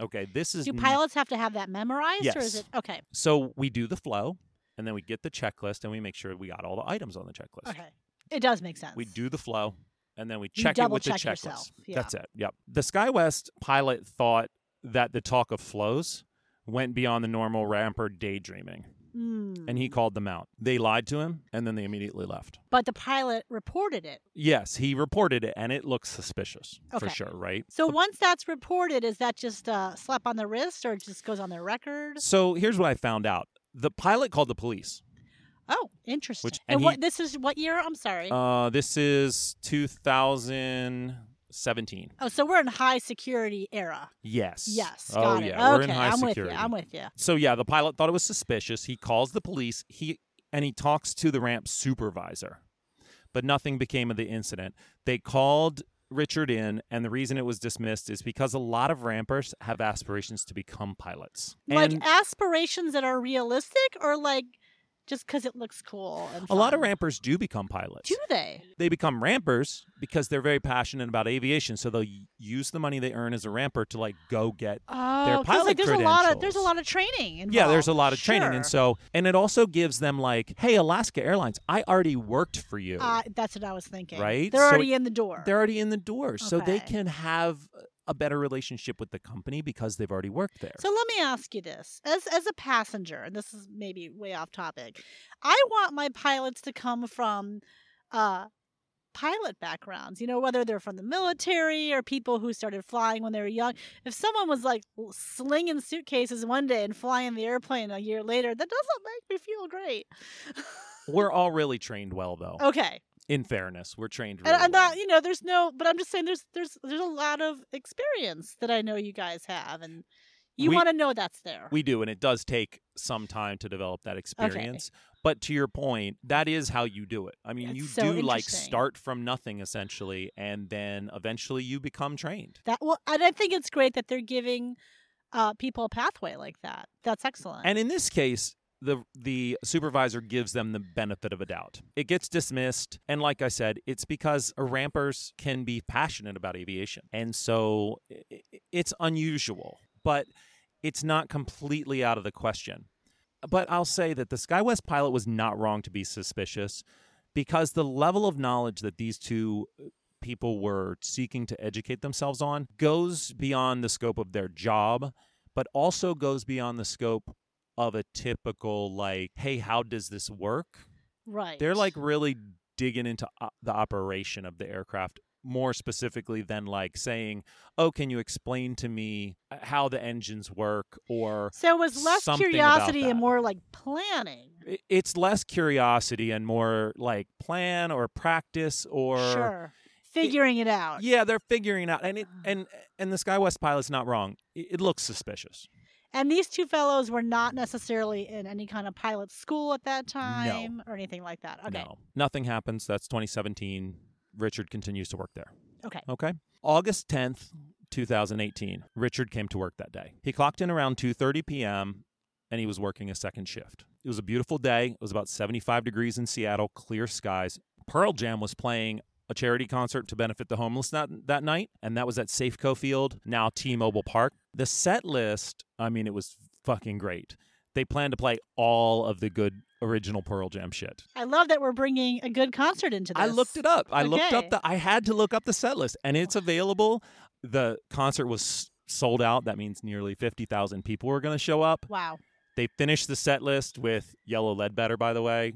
[SPEAKER 2] okay this is
[SPEAKER 1] Do
[SPEAKER 2] n-
[SPEAKER 1] pilots have to have that memorized, or is
[SPEAKER 2] Yes.
[SPEAKER 1] it okay?
[SPEAKER 2] so we do the flow and then we get the checklist and we make sure we got all the items on the checklist
[SPEAKER 1] Okay. It does make sense.
[SPEAKER 2] we do the flow and then we
[SPEAKER 1] You
[SPEAKER 2] check it with the
[SPEAKER 1] double-check
[SPEAKER 2] checklist.
[SPEAKER 1] yourself. Yeah.
[SPEAKER 2] That's it. Yep. The SkyWest pilot thought that the talk of flows went beyond the normal ramper daydreaming,
[SPEAKER 1] Mm.
[SPEAKER 2] and he called them out. They lied to him, and then they immediately left.
[SPEAKER 1] But the pilot reported it.
[SPEAKER 2] Yes, he reported it, and it looks suspicious for
[SPEAKER 1] Okay.
[SPEAKER 2] sure, right?
[SPEAKER 1] So once that's reported, is that just a slap on the wrist, or it just goes on their record?
[SPEAKER 2] So here's what I found out: the pilot called the police.
[SPEAKER 1] Oh, interesting. and
[SPEAKER 2] and he-
[SPEAKER 1] what this is what year? I'm sorry.
[SPEAKER 2] Uh, this is 2017.
[SPEAKER 1] oh, so we're in high security era.
[SPEAKER 2] Yes.
[SPEAKER 1] Yes.
[SPEAKER 2] Oh
[SPEAKER 1] got
[SPEAKER 2] yeah,
[SPEAKER 1] it.
[SPEAKER 2] we're
[SPEAKER 1] okay,
[SPEAKER 2] in high
[SPEAKER 1] I'm
[SPEAKER 2] security.
[SPEAKER 1] with you. I'm with you.
[SPEAKER 2] So yeah, the pilot thought it was suspicious. He calls the police. He and he talks to the ramp supervisor. But nothing became of the incident. They called Richard in, and the reason it was dismissed is because a lot of rampers have aspirations to become pilots.
[SPEAKER 1] like
[SPEAKER 2] and
[SPEAKER 1] aspirations that are realistic, or like just because it looks cool. And
[SPEAKER 2] a lot of
[SPEAKER 1] fun?
[SPEAKER 2] rampers do become pilots.
[SPEAKER 1] Do they?
[SPEAKER 2] They become rampers because they're very passionate about aviation, so they'll y- use the money they earn as a ramper to like go get
[SPEAKER 1] Oh, 'cause,
[SPEAKER 2] pilot
[SPEAKER 1] like, there's a lot of there's a
[SPEAKER 2] credentials.
[SPEAKER 1] lot of training. Involved.
[SPEAKER 2] Yeah, there's a lot of training, and
[SPEAKER 1] Sure.
[SPEAKER 2] so and it also gives them like, hey, Alaska Airlines, I already worked for you.
[SPEAKER 1] Uh, that's what I was thinking.
[SPEAKER 2] Right?
[SPEAKER 1] They're
[SPEAKER 2] So
[SPEAKER 1] already
[SPEAKER 2] it-
[SPEAKER 1] in the door.
[SPEAKER 2] They're already in the door, so they
[SPEAKER 1] Okay.
[SPEAKER 2] can have a better relationship with the company because they've already worked there.
[SPEAKER 1] So let me ask you this. As as a passenger, and this is maybe way off topic, I want my pilots to come from uh pilot backgrounds, you know, whether they're from the military or people who started flying when they were young. If someone was like l- slinging suitcases one day and flying the airplane a year later, that doesn't make me feel great.
[SPEAKER 2] We're all really trained well, though.
[SPEAKER 1] okay.
[SPEAKER 2] In fairness, we're trained.
[SPEAKER 1] Oh. And
[SPEAKER 2] Really
[SPEAKER 1] I'm
[SPEAKER 2] well.
[SPEAKER 1] not, you know, there's no, but I'm just saying there's there's there's a lot of experience that I know you guys have and you
[SPEAKER 2] We-
[SPEAKER 1] want to know that's there.
[SPEAKER 2] We do, and it does take some time to develop that experience. But to your point, that is how you do it. I mean,
[SPEAKER 1] That's
[SPEAKER 2] you
[SPEAKER 1] so
[SPEAKER 2] do like
[SPEAKER 1] interesting.
[SPEAKER 2] start from nothing essentially, and then eventually you become trained.
[SPEAKER 1] That well, and I think it's great that they're giving uh, people a pathway like that. That's excellent.
[SPEAKER 2] And in this case, the the supervisor gives them the benefit of a doubt. It gets dismissed, and like I said, it's because rampers can be passionate about aviation, and so i- i- it's unusual, but it's not completely out of the question. But I'll say that the SkyWest pilot was not wrong to be suspicious, because the level of knowledge that these two uh, people were seeking to educate themselves on goes beyond the scope of their job, but also goes beyond the scope of a typical, like, hey, how does this work?
[SPEAKER 1] right.
[SPEAKER 2] They're like really digging into o- the operation of the aircraft more specifically than like saying, oh, can you explain to me uh, how the engines work? Or
[SPEAKER 1] so it was less
[SPEAKER 2] something about
[SPEAKER 1] curiosity and
[SPEAKER 2] that.
[SPEAKER 1] more like planning.
[SPEAKER 2] i- it's less curiosity and more like plan or practice or.
[SPEAKER 1] sure. Uh. Figuring it, out.
[SPEAKER 2] Yeah, they're figuring it out, and it and and the SkyWest pilot's not wrong. It, it looks suspicious.
[SPEAKER 1] And these two fellows were not necessarily in any kind of pilot school at that time or anything like that. Okay.
[SPEAKER 2] No, nothing happens. That's 2017. Richard continues to work there.
[SPEAKER 1] Okay.
[SPEAKER 2] Okay. August 10th, 2018. Richard came to work that day. He clocked in around 2:30 p.m. and he was working a second shift. It was a beautiful day. It was about 75 degrees in Seattle, clear skies. Pearl Jam was playing a charity concert to benefit the homeless that, that night, and that was at Safeco Field, now T-Mobile Park. The set list, I mean, it was fucking great. They planned to play all of the good original Pearl Jam shit.
[SPEAKER 1] I love that we're bringing a good concert into this.
[SPEAKER 2] I looked it up. I looked
[SPEAKER 1] Okay.
[SPEAKER 2] up the. I had to look up the set list, and it's available. The concert was s- sold out. That means nearly fifty thousand people were going to show up.
[SPEAKER 1] Wow.
[SPEAKER 2] They finished the set list with Yellow Ledbetter, by the way,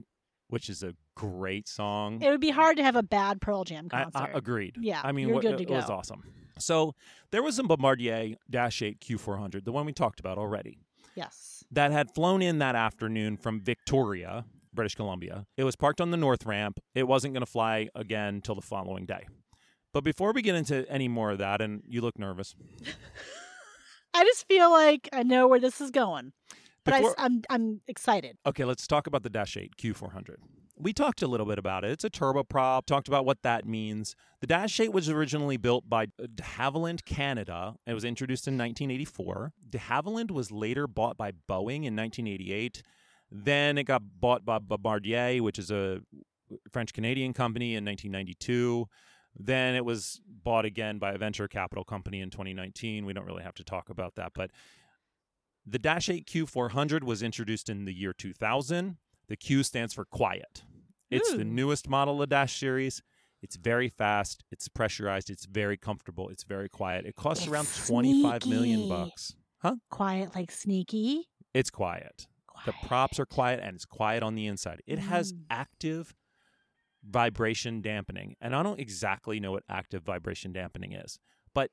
[SPEAKER 2] which is a great song.
[SPEAKER 1] It would be hard to have a bad Pearl Jam
[SPEAKER 2] I- uh,
[SPEAKER 1] concert.
[SPEAKER 2] I, agreed.
[SPEAKER 1] Yeah,
[SPEAKER 2] I mean,
[SPEAKER 1] you're
[SPEAKER 2] what- uh,
[SPEAKER 1] good to
[SPEAKER 2] it was
[SPEAKER 1] go.
[SPEAKER 2] awesome. So there was a Bombardier Dash 8 Q400, the one we talked about already
[SPEAKER 1] yes.
[SPEAKER 2] that had flown in that afternoon from Victoria, British Columbia. It was parked on the north ramp. It wasn't going to fly again till the following day. But before we get into any more of that, and you look nervous,
[SPEAKER 1] I just feel like I know where this is going, but I,
[SPEAKER 2] Before-
[SPEAKER 1] am I'm excited.
[SPEAKER 2] okay, let's talk about the Dash 8 Q400. We talked a little bit about it. It's a turboprop, talked about what that means. The Dash 8 was originally built by de Havilland Canada. It was introduced in 1984. De Havilland was later bought by Boeing in 1988. Then it got bought by Bombardier, which is a French Canadian company in 1992. Then it was bought again by a venture capital company in 2019. We don't really have to talk about that, but the Dash 8 Q400 was introduced in the year 2000. The Q stands for quiet. It's the
[SPEAKER 1] Ooh.
[SPEAKER 2] newest model of Dash series. It's very fast, it's pressurized, it's very comfortable, it's very quiet. It costs
[SPEAKER 1] It's
[SPEAKER 2] around 25 million
[SPEAKER 1] sneaky.
[SPEAKER 2] bucks.
[SPEAKER 1] Quiet like sneaky.
[SPEAKER 2] It's quiet. The props are quiet and it's quiet on the inside. It has
[SPEAKER 1] Mm.
[SPEAKER 2] active vibration dampening. And I don't exactly know what active vibration dampening is, but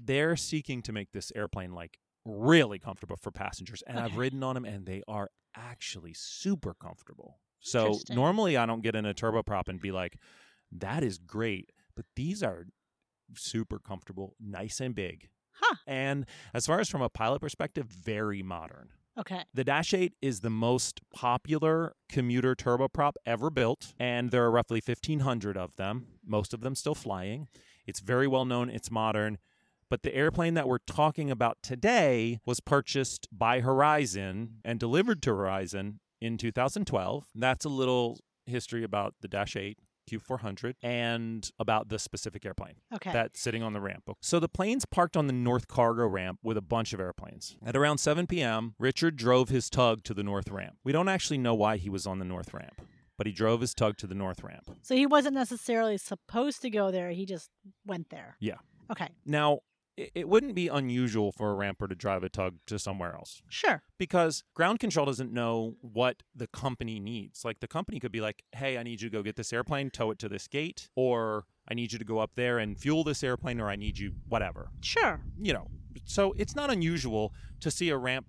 [SPEAKER 2] they're seeking to make this airplane like really comfortable for passengers. And I've
[SPEAKER 1] Okay.
[SPEAKER 2] ridden on them and they are actually super comfortable. So
[SPEAKER 1] Interesting.
[SPEAKER 2] normally I don't get in a turboprop and be like, that is great. But these are super comfortable, nice and big.
[SPEAKER 1] Huh.
[SPEAKER 2] And as far as from a pilot perspective, very modern.
[SPEAKER 1] Okay.
[SPEAKER 2] The Dash 8 is the most popular commuter turboprop ever built, and there are roughly 1,500 of them, most of them still flying. It's very well known, it's modern. But the airplane that we're talking about today was purchased by Horizon and delivered to Horizon in 2012. That's a little history about the Dash 8 Q400 and about the specific airplane
[SPEAKER 1] Okay.
[SPEAKER 2] that's sitting on the ramp. So the plane's parked on the north cargo ramp with a bunch of airplanes. At around 7 p.m., Richard drove his tug to the north ramp. We don't actually know why he was on the north ramp, but he drove his tug to the north ramp.
[SPEAKER 1] so he wasn't necessarily supposed to go there. He just went there.
[SPEAKER 2] Yeah.
[SPEAKER 1] Okay.
[SPEAKER 2] Now, i- it wouldn't be unusual for a ramper to drive a tug to somewhere else
[SPEAKER 1] Sure.
[SPEAKER 2] because ground control doesn't know what the company needs. Like the company could be like, "Hey, I need you to go get this airplane, tow it to this gate," or "I need you to go up there and fuel this airplane," or "I need you whatever."
[SPEAKER 1] Sure.
[SPEAKER 2] you know, so it's not unusual to see a ramp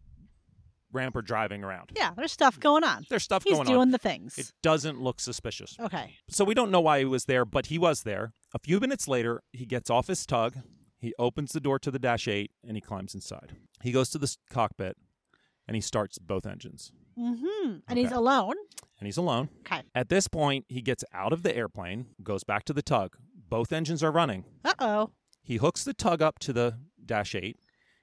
[SPEAKER 2] ramper driving around.
[SPEAKER 1] Yeah. There's stuff going on.
[SPEAKER 2] There's Mm. stuff
[SPEAKER 1] He's
[SPEAKER 2] going
[SPEAKER 1] doing Oh.
[SPEAKER 2] on.
[SPEAKER 1] the things.
[SPEAKER 2] It doesn't look suspicious.
[SPEAKER 1] okay.
[SPEAKER 2] So we don't know why he was there, but he was there. A few minutes later, he gets off his tug, he opens the door to the Dash 8, and he climbs inside. He goes to the s- cockpit and he starts both engines.
[SPEAKER 1] Mm-hmm. And he's
[SPEAKER 2] Okay.
[SPEAKER 1] alone.
[SPEAKER 2] and he's alone.
[SPEAKER 1] Okay.
[SPEAKER 2] At this point, he gets out of the airplane, goes back to the tug. Both engines are running.
[SPEAKER 1] Uh oh.
[SPEAKER 2] He hooks the tug up to the dash 8.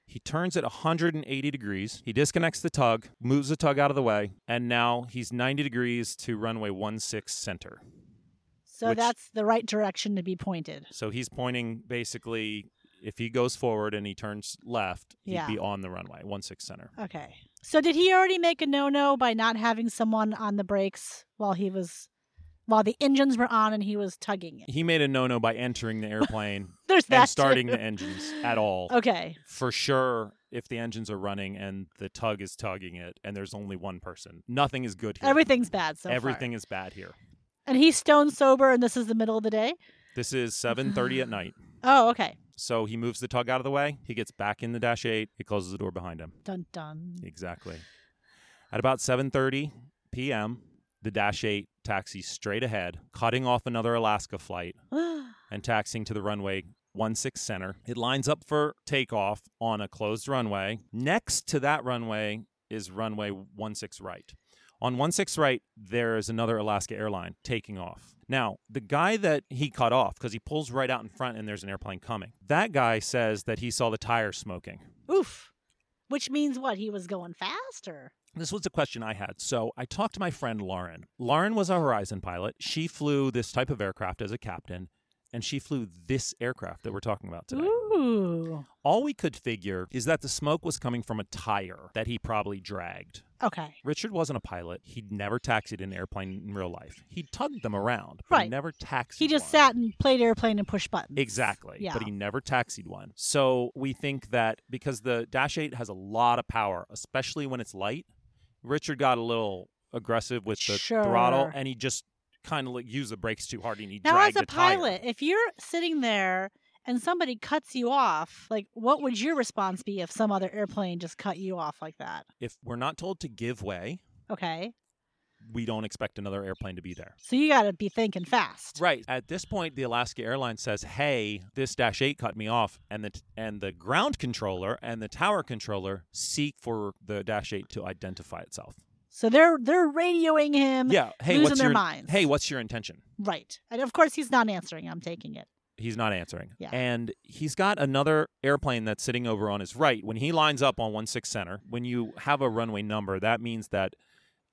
[SPEAKER 2] He turns it 180 degrees. He disconnects the tug, moves the tug out of the way, and now he's 90 degrees to runway 16 center.
[SPEAKER 1] So
[SPEAKER 2] Which-
[SPEAKER 1] that's the right direction to be pointed.
[SPEAKER 2] So he's pointing basically if he goes forward and he turns left, he'd
[SPEAKER 1] Yeah.
[SPEAKER 2] be on the runway 16 center.
[SPEAKER 1] Okay. So did he already make a no-no by not having someone on the brakes while he was while the engines were on and he was tugging
[SPEAKER 2] [laughs]
[SPEAKER 1] it?
[SPEAKER 2] He made a no-no by
[SPEAKER 1] [laughs]
[SPEAKER 2] entering the airplane
[SPEAKER 1] There's that
[SPEAKER 2] and starting
[SPEAKER 1] too.
[SPEAKER 2] the engines at all.
[SPEAKER 1] Okay.
[SPEAKER 2] for sure if the engines are running and the tug is tugging it and there's only one person. Nothing is good here.
[SPEAKER 1] Everything's bad so far.
[SPEAKER 2] Everything is bad here.
[SPEAKER 1] And he's stone sober and this is the middle of the day?
[SPEAKER 2] This is 7:30 at night.
[SPEAKER 1] Oh, okay.
[SPEAKER 2] So he moves the tug out of the way. He gets back in the dash 8. He closes the door behind him.
[SPEAKER 1] Dun dun.
[SPEAKER 2] Exactly. At about 7:30 p.m., the dash 8 taxis straight ahead, cutting off another Alaska flight and taxiing to the runway 16 center. It lines up for takeoff on a closed runway. Next to that runway is runway 16 right. On 16 right, there is another Alaska airline taking off. Now, the guy that he cut off, because he pulls right out in front and there's an airplane coming, that guy says that he saw the tire smoking.
[SPEAKER 1] Oof. Which means what? He was going faster.
[SPEAKER 2] This was a question I had. So I talked to my friend Lauren. Lauren was a Horizon pilot. She flew this type of aircraft as a captain, and she flew this aircraft that we're talking about today.
[SPEAKER 1] Ooh.
[SPEAKER 2] All we could figure is that the smoke was coming from a tire that he probably dragged.
[SPEAKER 1] Okay.
[SPEAKER 2] Richard wasn't a pilot. He'd never taxied an airplane in real life. He tugged them around, but he
[SPEAKER 1] Right.
[SPEAKER 2] never taxied.
[SPEAKER 1] He just
[SPEAKER 2] one.
[SPEAKER 1] sat and played airplane and pushed buttons.
[SPEAKER 2] Exactly.
[SPEAKER 1] Yeah.
[SPEAKER 2] But he never taxied one. So we think that because the Dash 8 has a lot of power, especially when it's light, Richard got a little aggressive with the throttle
[SPEAKER 1] Sure.
[SPEAKER 2] and he just kind of like used the brakes too hard and he
[SPEAKER 1] Now, as
[SPEAKER 2] dragged
[SPEAKER 1] a
[SPEAKER 2] the tire.
[SPEAKER 1] pilot, if you're sitting there and somebody cuts you off, like what would your response be if some other airplane just cut you off like that?
[SPEAKER 2] If we're not told to give way,
[SPEAKER 1] Okay.
[SPEAKER 2] we don't expect another airplane to be there.
[SPEAKER 1] So you got to be thinking fast.
[SPEAKER 2] Right. At this point, the Alaska Airlines says, "Hey, this Dash 8 cut me off," and the and the ground controller and the tower controller seek for the Dash 8 to identify itself.
[SPEAKER 1] So they're they're radioing him.
[SPEAKER 2] Yeah. Hey,
[SPEAKER 1] Losing
[SPEAKER 2] what's
[SPEAKER 1] Um, their
[SPEAKER 2] your
[SPEAKER 1] minds.
[SPEAKER 2] Hey, what's your intention?
[SPEAKER 1] Right. And of course he's not answering. I'm taking it.
[SPEAKER 2] He's not answering.
[SPEAKER 1] Yeah.
[SPEAKER 2] And he's got another airplane that's sitting over on his right. When he lines up on one six center, when you have a runway number, that means that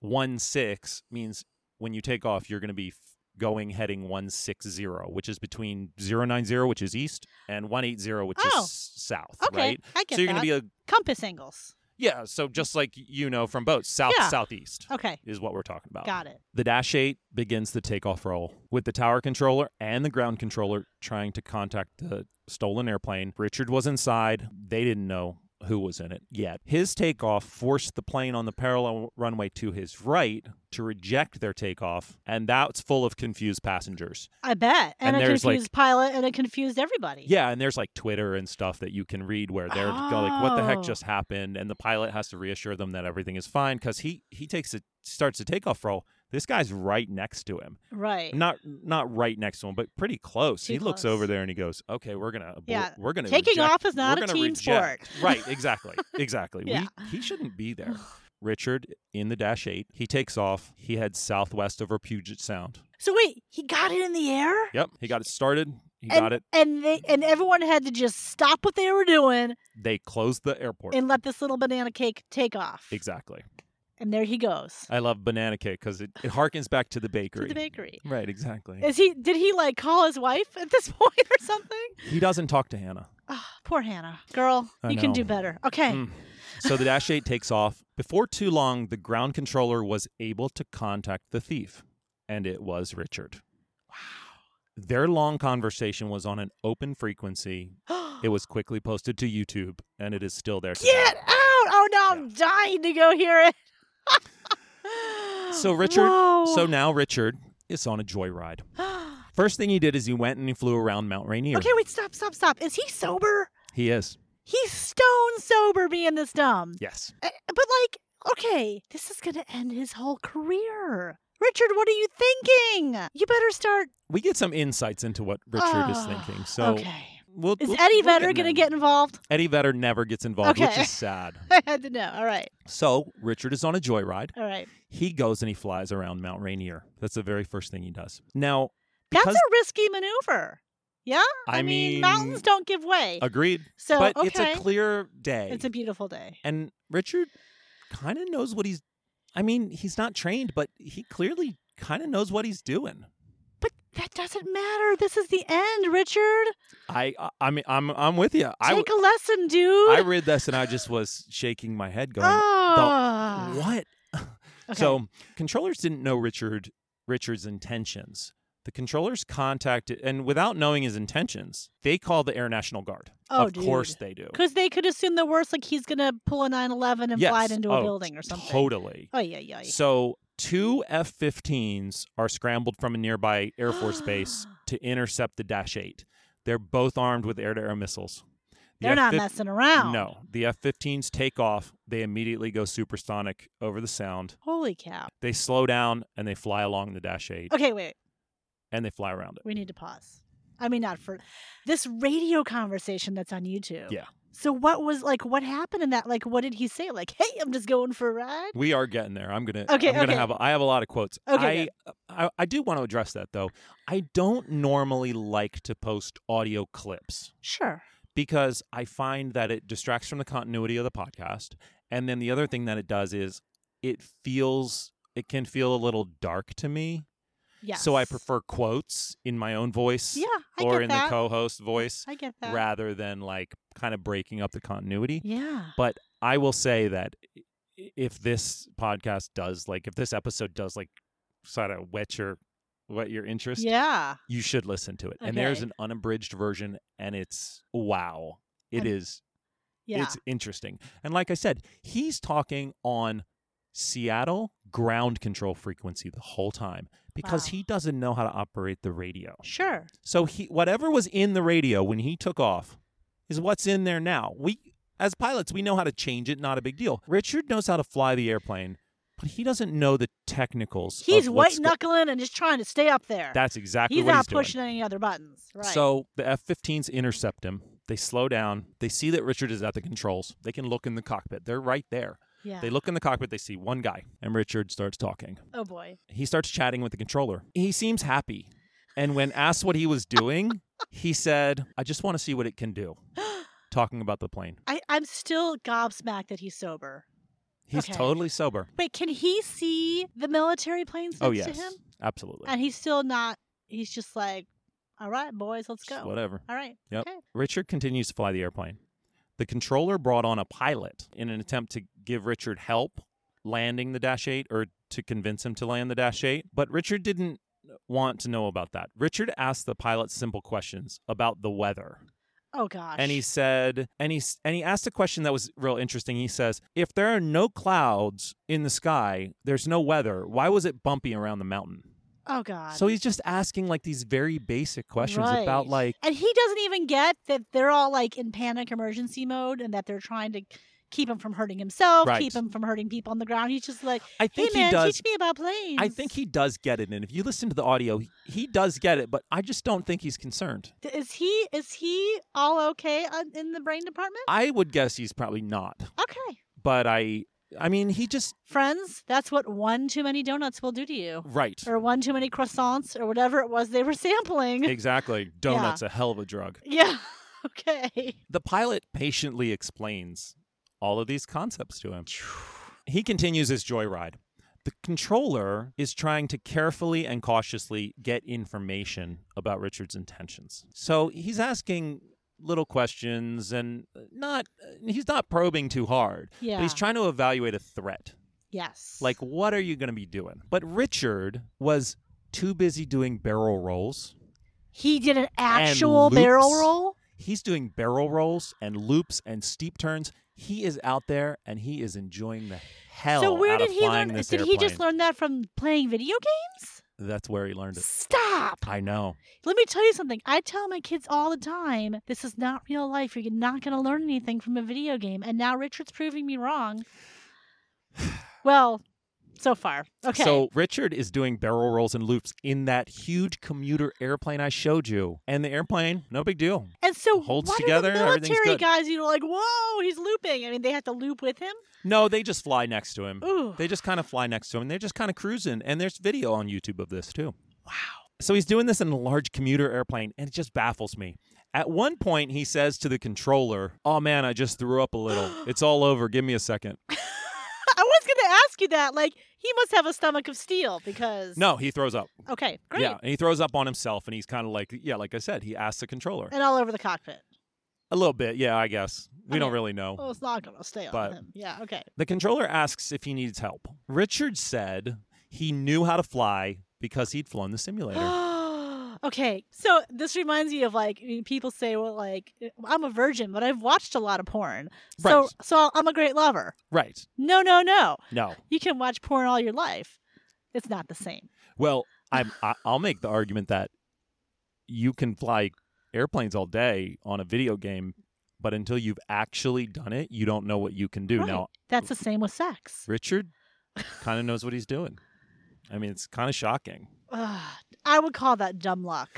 [SPEAKER 2] one six means when you take off, you're going to be f- going heading 160, which is between 090, which is east, and 180, which
[SPEAKER 1] Oh.
[SPEAKER 2] is s- south,
[SPEAKER 1] Okay.
[SPEAKER 2] right?
[SPEAKER 1] I get
[SPEAKER 2] so you're
[SPEAKER 1] that.
[SPEAKER 2] going to be a,
[SPEAKER 1] Compass angles.
[SPEAKER 2] yeah, so just like you know from boats, south,
[SPEAKER 1] Yeah.
[SPEAKER 2] southeast
[SPEAKER 1] Okay.
[SPEAKER 2] is what we're talking about.
[SPEAKER 1] Got it.
[SPEAKER 2] The Dash 8 begins the takeoff roll with the tower controller and the ground controller trying to contact the stolen airplane. Richard was inside. They didn't know who was in it yet. His takeoff forced the plane on the parallel runway to his right to reject their takeoff, and that's full of confused passengers.
[SPEAKER 1] I bet. And,
[SPEAKER 2] And
[SPEAKER 1] a
[SPEAKER 2] there's,
[SPEAKER 1] confused
[SPEAKER 2] like-
[SPEAKER 1] pilot and it confused everybody.
[SPEAKER 2] Yeah, and there's like Twitter and stuff that you can read where they're go like, "What the heck
[SPEAKER 1] Oh.
[SPEAKER 2] just happened?" And the pilot has to reassure them that everything is fine because he he takes a starts a takeoff roll. This guy's right next to him.
[SPEAKER 1] Right.
[SPEAKER 2] not not right next to him, but pretty close.
[SPEAKER 1] Too
[SPEAKER 2] he looks
[SPEAKER 1] close.
[SPEAKER 2] over there and he goes, "Okay, we're gonna, abor-
[SPEAKER 1] Yeah.
[SPEAKER 2] we're gonna
[SPEAKER 1] Taking
[SPEAKER 2] reject-
[SPEAKER 1] off is not
[SPEAKER 2] we're
[SPEAKER 1] a
[SPEAKER 2] gonna
[SPEAKER 1] team
[SPEAKER 2] reject."
[SPEAKER 1] [laughs]
[SPEAKER 2] right? Exactly, exactly.
[SPEAKER 1] Yeah.
[SPEAKER 2] we, he shouldn't be
[SPEAKER 1] [sighs]
[SPEAKER 2] there. Richard in the dash eight, he takes off. He heads southwest over Puget Sound.
[SPEAKER 1] So wait, he got it in the air?
[SPEAKER 2] Yep, he got it started. He
[SPEAKER 1] and,
[SPEAKER 2] got it.
[SPEAKER 1] And they and everyone had to just stop what they were doing
[SPEAKER 2] They closed the airport.
[SPEAKER 1] and let this little banana cake take off.
[SPEAKER 2] exactly.
[SPEAKER 1] And there he goes
[SPEAKER 2] I love banana cake because it, it harkens back to the bakery.
[SPEAKER 1] to the bakery.
[SPEAKER 2] Right, exactly.
[SPEAKER 1] Is he? Did he like call his wife at this [laughs] point or something?
[SPEAKER 2] he doesn't talk to Hannah.
[SPEAKER 1] Oh, poor Hannah, girl,
[SPEAKER 2] I
[SPEAKER 1] you can
[SPEAKER 2] know.
[SPEAKER 1] do better. Okay, [gasps]
[SPEAKER 2] Mm. So the Dash 8 takes off. Before too long, the ground controller was able to contact the thief, and it was Richard. Wow. Their long conversation was on an open frequency. It was quickly posted to YouTube, and it is still there. today.
[SPEAKER 1] get out! Oh no, I'm dying to go hear it. [laughs]
[SPEAKER 2] So Richard,
[SPEAKER 1] Whoa.
[SPEAKER 2] so now Richard is on
[SPEAKER 1] [gasps]
[SPEAKER 2] a joyride. First thing he did is he went and he flew around Mount Rainier.
[SPEAKER 1] okay, wait, stop, stop, stop. Is he sober?
[SPEAKER 2] He is.
[SPEAKER 1] He's stone sober, being this dumb.
[SPEAKER 2] Yes.
[SPEAKER 1] Uh, But like, okay, this is gonna end his whole career. Richard, what are you thinking? You better start.
[SPEAKER 2] We get some insights into what Richard is
[SPEAKER 1] Ah,
[SPEAKER 2] thinking. So
[SPEAKER 1] okay,
[SPEAKER 2] We'll,
[SPEAKER 1] Is
[SPEAKER 2] we'll-
[SPEAKER 1] Eddie
[SPEAKER 2] we'll
[SPEAKER 1] Vedder going to
[SPEAKER 2] there.
[SPEAKER 1] get involved? [laughs]
[SPEAKER 2] Eddie Vedder never gets involved, which
[SPEAKER 1] Okay.
[SPEAKER 2] is sad.
[SPEAKER 1] I had to know. All right.
[SPEAKER 2] So Richard is on a joyride.
[SPEAKER 1] All right.
[SPEAKER 2] He goes and he flies around Mount Rainier. That's the very first thing he does. Now,
[SPEAKER 1] That's
[SPEAKER 2] because
[SPEAKER 1] a risky maneuver. Yeah?
[SPEAKER 2] I mean-
[SPEAKER 1] mountains don't give way.
[SPEAKER 2] agreed,
[SPEAKER 1] so,
[SPEAKER 2] but
[SPEAKER 1] okay.
[SPEAKER 2] it's a clear day,
[SPEAKER 1] It's a beautiful day.
[SPEAKER 2] and Richard kind of knows what he's. I mean, he's not trained, but he clearly kind of knows what he's doing.
[SPEAKER 1] But that doesn't matter. This is the end, Richard.
[SPEAKER 2] I, I, I mean, I'm, I'm with you. I,
[SPEAKER 1] Take a lesson, dude.
[SPEAKER 2] I read this and I just was shaking my head,
[SPEAKER 1] Oh,
[SPEAKER 2] going,
[SPEAKER 1] Ah.
[SPEAKER 2] "What?" [laughs]
[SPEAKER 1] Okay.
[SPEAKER 2] So controllers didn't know Richard Richard's intentions. The controllers contacted and without knowing his intentions, they called the Air National Guard.
[SPEAKER 1] Oh,
[SPEAKER 2] of course
[SPEAKER 1] dude.
[SPEAKER 2] they do.
[SPEAKER 1] Because they could assume the worst, like he's going to pull a 911 and
[SPEAKER 2] Yes.
[SPEAKER 1] fly it into a
[SPEAKER 2] Oh,
[SPEAKER 1] building or something.
[SPEAKER 2] Totally.
[SPEAKER 1] Oh, yeah, yeah.
[SPEAKER 2] So two F-15s are scrambled from a nearby Air
[SPEAKER 1] [gasps]
[SPEAKER 2] Force base to intercept the Dash 8. They're both armed with air-to-air missiles. The
[SPEAKER 1] They're not
[SPEAKER 2] F-fif-
[SPEAKER 1] messing around.
[SPEAKER 2] No, the F-15s take off. They immediately go supersonic over the sound.
[SPEAKER 1] Holy cow.
[SPEAKER 2] They slow down and they fly along the Dash 8
[SPEAKER 1] Okay, wait.
[SPEAKER 2] and they fly around it.
[SPEAKER 1] We need to pause. I mean, not for this radio conversation that's on YouTube.
[SPEAKER 2] Yeah.
[SPEAKER 1] So what was like? What happened in that? Like, what did he say? Like, hey, I'm just going for a ride.
[SPEAKER 2] We are getting there. I'm gonna.
[SPEAKER 1] Okay,
[SPEAKER 2] I'm gonna
[SPEAKER 1] okay.
[SPEAKER 2] have. A, I have a lot of quotes.
[SPEAKER 1] Okay,
[SPEAKER 2] I, I I do want to address that though. I don't normally like to post audio clips
[SPEAKER 1] Sure.
[SPEAKER 2] because I find that it distracts from the continuity of the podcast. And then the other thing that it does is it feels it can feel a little dark to me.
[SPEAKER 1] Yes.
[SPEAKER 2] So I prefer quotes in my own voice
[SPEAKER 1] Yeah, I
[SPEAKER 2] or
[SPEAKER 1] get
[SPEAKER 2] in
[SPEAKER 1] that.
[SPEAKER 2] the co-host voice
[SPEAKER 1] I get that.
[SPEAKER 2] rather than like kind of breaking up the continuity.
[SPEAKER 1] Yeah.
[SPEAKER 2] But I will say that i- if this podcast does, like, if this episode does, like, sort of whet your whet your interest,
[SPEAKER 1] Yeah.
[SPEAKER 2] you should listen to it. And there's
[SPEAKER 1] Okay.
[SPEAKER 2] an unabridged version, and it's wow, it
[SPEAKER 1] And-
[SPEAKER 2] is,
[SPEAKER 1] Yeah.
[SPEAKER 2] it's interesting. And like I said, he's talking on Seattle ground control frequency the whole time because
[SPEAKER 1] Wow.
[SPEAKER 2] he doesn't know how to operate the radio.
[SPEAKER 1] sure.
[SPEAKER 2] So he whatever was in the radio when he took off is what's in there now. We as pilots, we know how to change it, not a big deal. Richard knows how to fly the airplane, but he doesn't know the technicals. of
[SPEAKER 1] He's
[SPEAKER 2] what's
[SPEAKER 1] white
[SPEAKER 2] go-
[SPEAKER 1] knuckling and just trying to stay up there.
[SPEAKER 2] That's exactly
[SPEAKER 1] he's
[SPEAKER 2] what
[SPEAKER 1] not
[SPEAKER 2] he's doing.
[SPEAKER 1] pushing any other buttons. Right.
[SPEAKER 2] So the F-15s intercept him. They slow down. They see that Richard is at the controls. They can look in the cockpit. They're right there.
[SPEAKER 1] yeah.
[SPEAKER 2] They look in the cockpit. They see one guy, and Richard starts talking
[SPEAKER 1] oh boy.
[SPEAKER 2] he starts chatting with the controller. He seems happy. And when asked what he was doing, he said, I just want to see what it can do.
[SPEAKER 1] [gasps]
[SPEAKER 2] Talking about the plane.
[SPEAKER 1] I I'm still gobsmacked that he's sober.
[SPEAKER 2] He's
[SPEAKER 1] Okay.
[SPEAKER 2] totally sober.
[SPEAKER 1] Wait, can he see the military planes next
[SPEAKER 2] Oh,
[SPEAKER 1] to
[SPEAKER 2] yes.
[SPEAKER 1] him?
[SPEAKER 2] Absolutely.
[SPEAKER 1] And he's still not. He's just like, all right, boys, let's
[SPEAKER 2] Just
[SPEAKER 1] go.
[SPEAKER 2] Whatever.
[SPEAKER 1] All right.
[SPEAKER 2] Yep.
[SPEAKER 1] Okay.
[SPEAKER 2] Richard continues to fly the airplane. The controller brought on a pilot in an attempt to give Richard help landing the Dash 8 or to convince him to land the Dash 8. But Richard didn't want to know about that. Richard asked the pilot simple questions about the weather.
[SPEAKER 1] Oh gosh.
[SPEAKER 2] and he said and he s- and he asked a question that was real interesting he says if there are no clouds in the sky there's no weather why was it bumpy around the mountain
[SPEAKER 1] Oh god.
[SPEAKER 2] so he's just asking like these very basic questions about
[SPEAKER 1] Right.
[SPEAKER 2] like
[SPEAKER 1] And he doesn't even get that they're all like in panic emergency mode and that they're trying to keep him from hurting himself,
[SPEAKER 2] Right.
[SPEAKER 1] keep him from hurting people on the ground. He's just like,
[SPEAKER 2] i
[SPEAKER 1] hey
[SPEAKER 2] think
[SPEAKER 1] man,
[SPEAKER 2] he does
[SPEAKER 1] teach me about planes.
[SPEAKER 2] i think he does get it and if you listen to the audio he, he does get it but i just don't think he's concerned
[SPEAKER 1] Th- is he is he all okay on, in the brain department?
[SPEAKER 2] i would guess he's probably not
[SPEAKER 1] Okay.
[SPEAKER 2] but i i mean he just
[SPEAKER 1] Friends, that's what one too many donuts will do to you.
[SPEAKER 2] right
[SPEAKER 1] [laughs] Or one too many croissants or whatever it was they were sampling.
[SPEAKER 2] exactly donuts a hell of a drug
[SPEAKER 1] [laughs] yeah. Okay.
[SPEAKER 2] The pilot patiently explains all of these concepts to him. He continues his joyride. The controller is trying to carefully and cautiously get information about Richard's intentions. So he's asking little questions and not he's not probing too hard.
[SPEAKER 1] Yeah.
[SPEAKER 2] But he's trying to evaluate a threat.
[SPEAKER 1] Yes.
[SPEAKER 2] Like what are you going to be doing? But Richard was too busy doing barrel rolls
[SPEAKER 1] he did an actual barrel
[SPEAKER 2] loops.
[SPEAKER 1] roll?
[SPEAKER 2] He's doing barrel rolls and loops and steep turns. He is out there and he is enjoying the hell
[SPEAKER 1] so where
[SPEAKER 2] out
[SPEAKER 1] did
[SPEAKER 2] of
[SPEAKER 1] he
[SPEAKER 2] flying
[SPEAKER 1] learn
[SPEAKER 2] this
[SPEAKER 1] did he
[SPEAKER 2] airplane.
[SPEAKER 1] just learn that from playing video games
[SPEAKER 2] That's where he learned it.
[SPEAKER 1] stop
[SPEAKER 2] I know.
[SPEAKER 1] let me tell you something i tell my kids all the time this is not real life you're not going to learn anything from a video game and now richard's proving me wrong [sighs] well so far. Okay.
[SPEAKER 2] So Richard is doing barrel rolls and loops in that huge commuter airplane I showed you. And the airplane, no big deal.
[SPEAKER 1] and so
[SPEAKER 2] holds
[SPEAKER 1] why do
[SPEAKER 2] together,
[SPEAKER 1] the
[SPEAKER 2] everything's
[SPEAKER 1] military
[SPEAKER 2] good.
[SPEAKER 1] guys, you know, like, whoa, he's looping. I mean, they have to loop with him.
[SPEAKER 2] No, they just fly next to him.
[SPEAKER 1] Ooh.
[SPEAKER 2] They just kind of fly next to him. and They're just kind of cruising. And there's video on YouTube of this too. Wow. So he's doing this in a large commuter airplane, and it just baffles me. At one point, he says to the controller, Oh man, I just threw up
[SPEAKER 1] [gasps]
[SPEAKER 2] a little. It's all over. Give me a second.
[SPEAKER 1] [laughs] I was going to ask you that. Like, he must have a stomach of steel because.
[SPEAKER 2] No, he throws up.
[SPEAKER 1] Okay, great.
[SPEAKER 2] Yeah. And he throws up on himself, and he's kind of like, Yeah, like I said, he asks the controller.
[SPEAKER 1] And all over the cockpit.
[SPEAKER 2] A little bit. Yeah, I guess. We don't really know.
[SPEAKER 1] Oh, it's not going to stay on
[SPEAKER 2] But-
[SPEAKER 1] him. Yeah,
[SPEAKER 2] [laughs]
[SPEAKER 1] okay.
[SPEAKER 2] The controller asks if he needs help. Richard said he knew how to fly because he'd flown
[SPEAKER 1] [gasps]
[SPEAKER 2] the simulator.
[SPEAKER 1] okay, so this reminds me of like I mean, people say, well, like I'm a virgin, but I've watched a lot of porn, so
[SPEAKER 2] Right.
[SPEAKER 1] so I'm a great lover.
[SPEAKER 2] right.
[SPEAKER 1] No, no, no.
[SPEAKER 2] No.
[SPEAKER 1] You can watch porn all your life. It's not the same.
[SPEAKER 2] Well, I'm, I, I'll make the argument that you can fly airplanes all day on a video game, but until you've actually done it, you don't know what you can do.
[SPEAKER 1] Right.
[SPEAKER 2] Now,
[SPEAKER 1] That's the same with sex.
[SPEAKER 2] Richard kind of knows what he's doing. I mean, it's kind of shocking.
[SPEAKER 1] Ugh, I would call that dumb luck.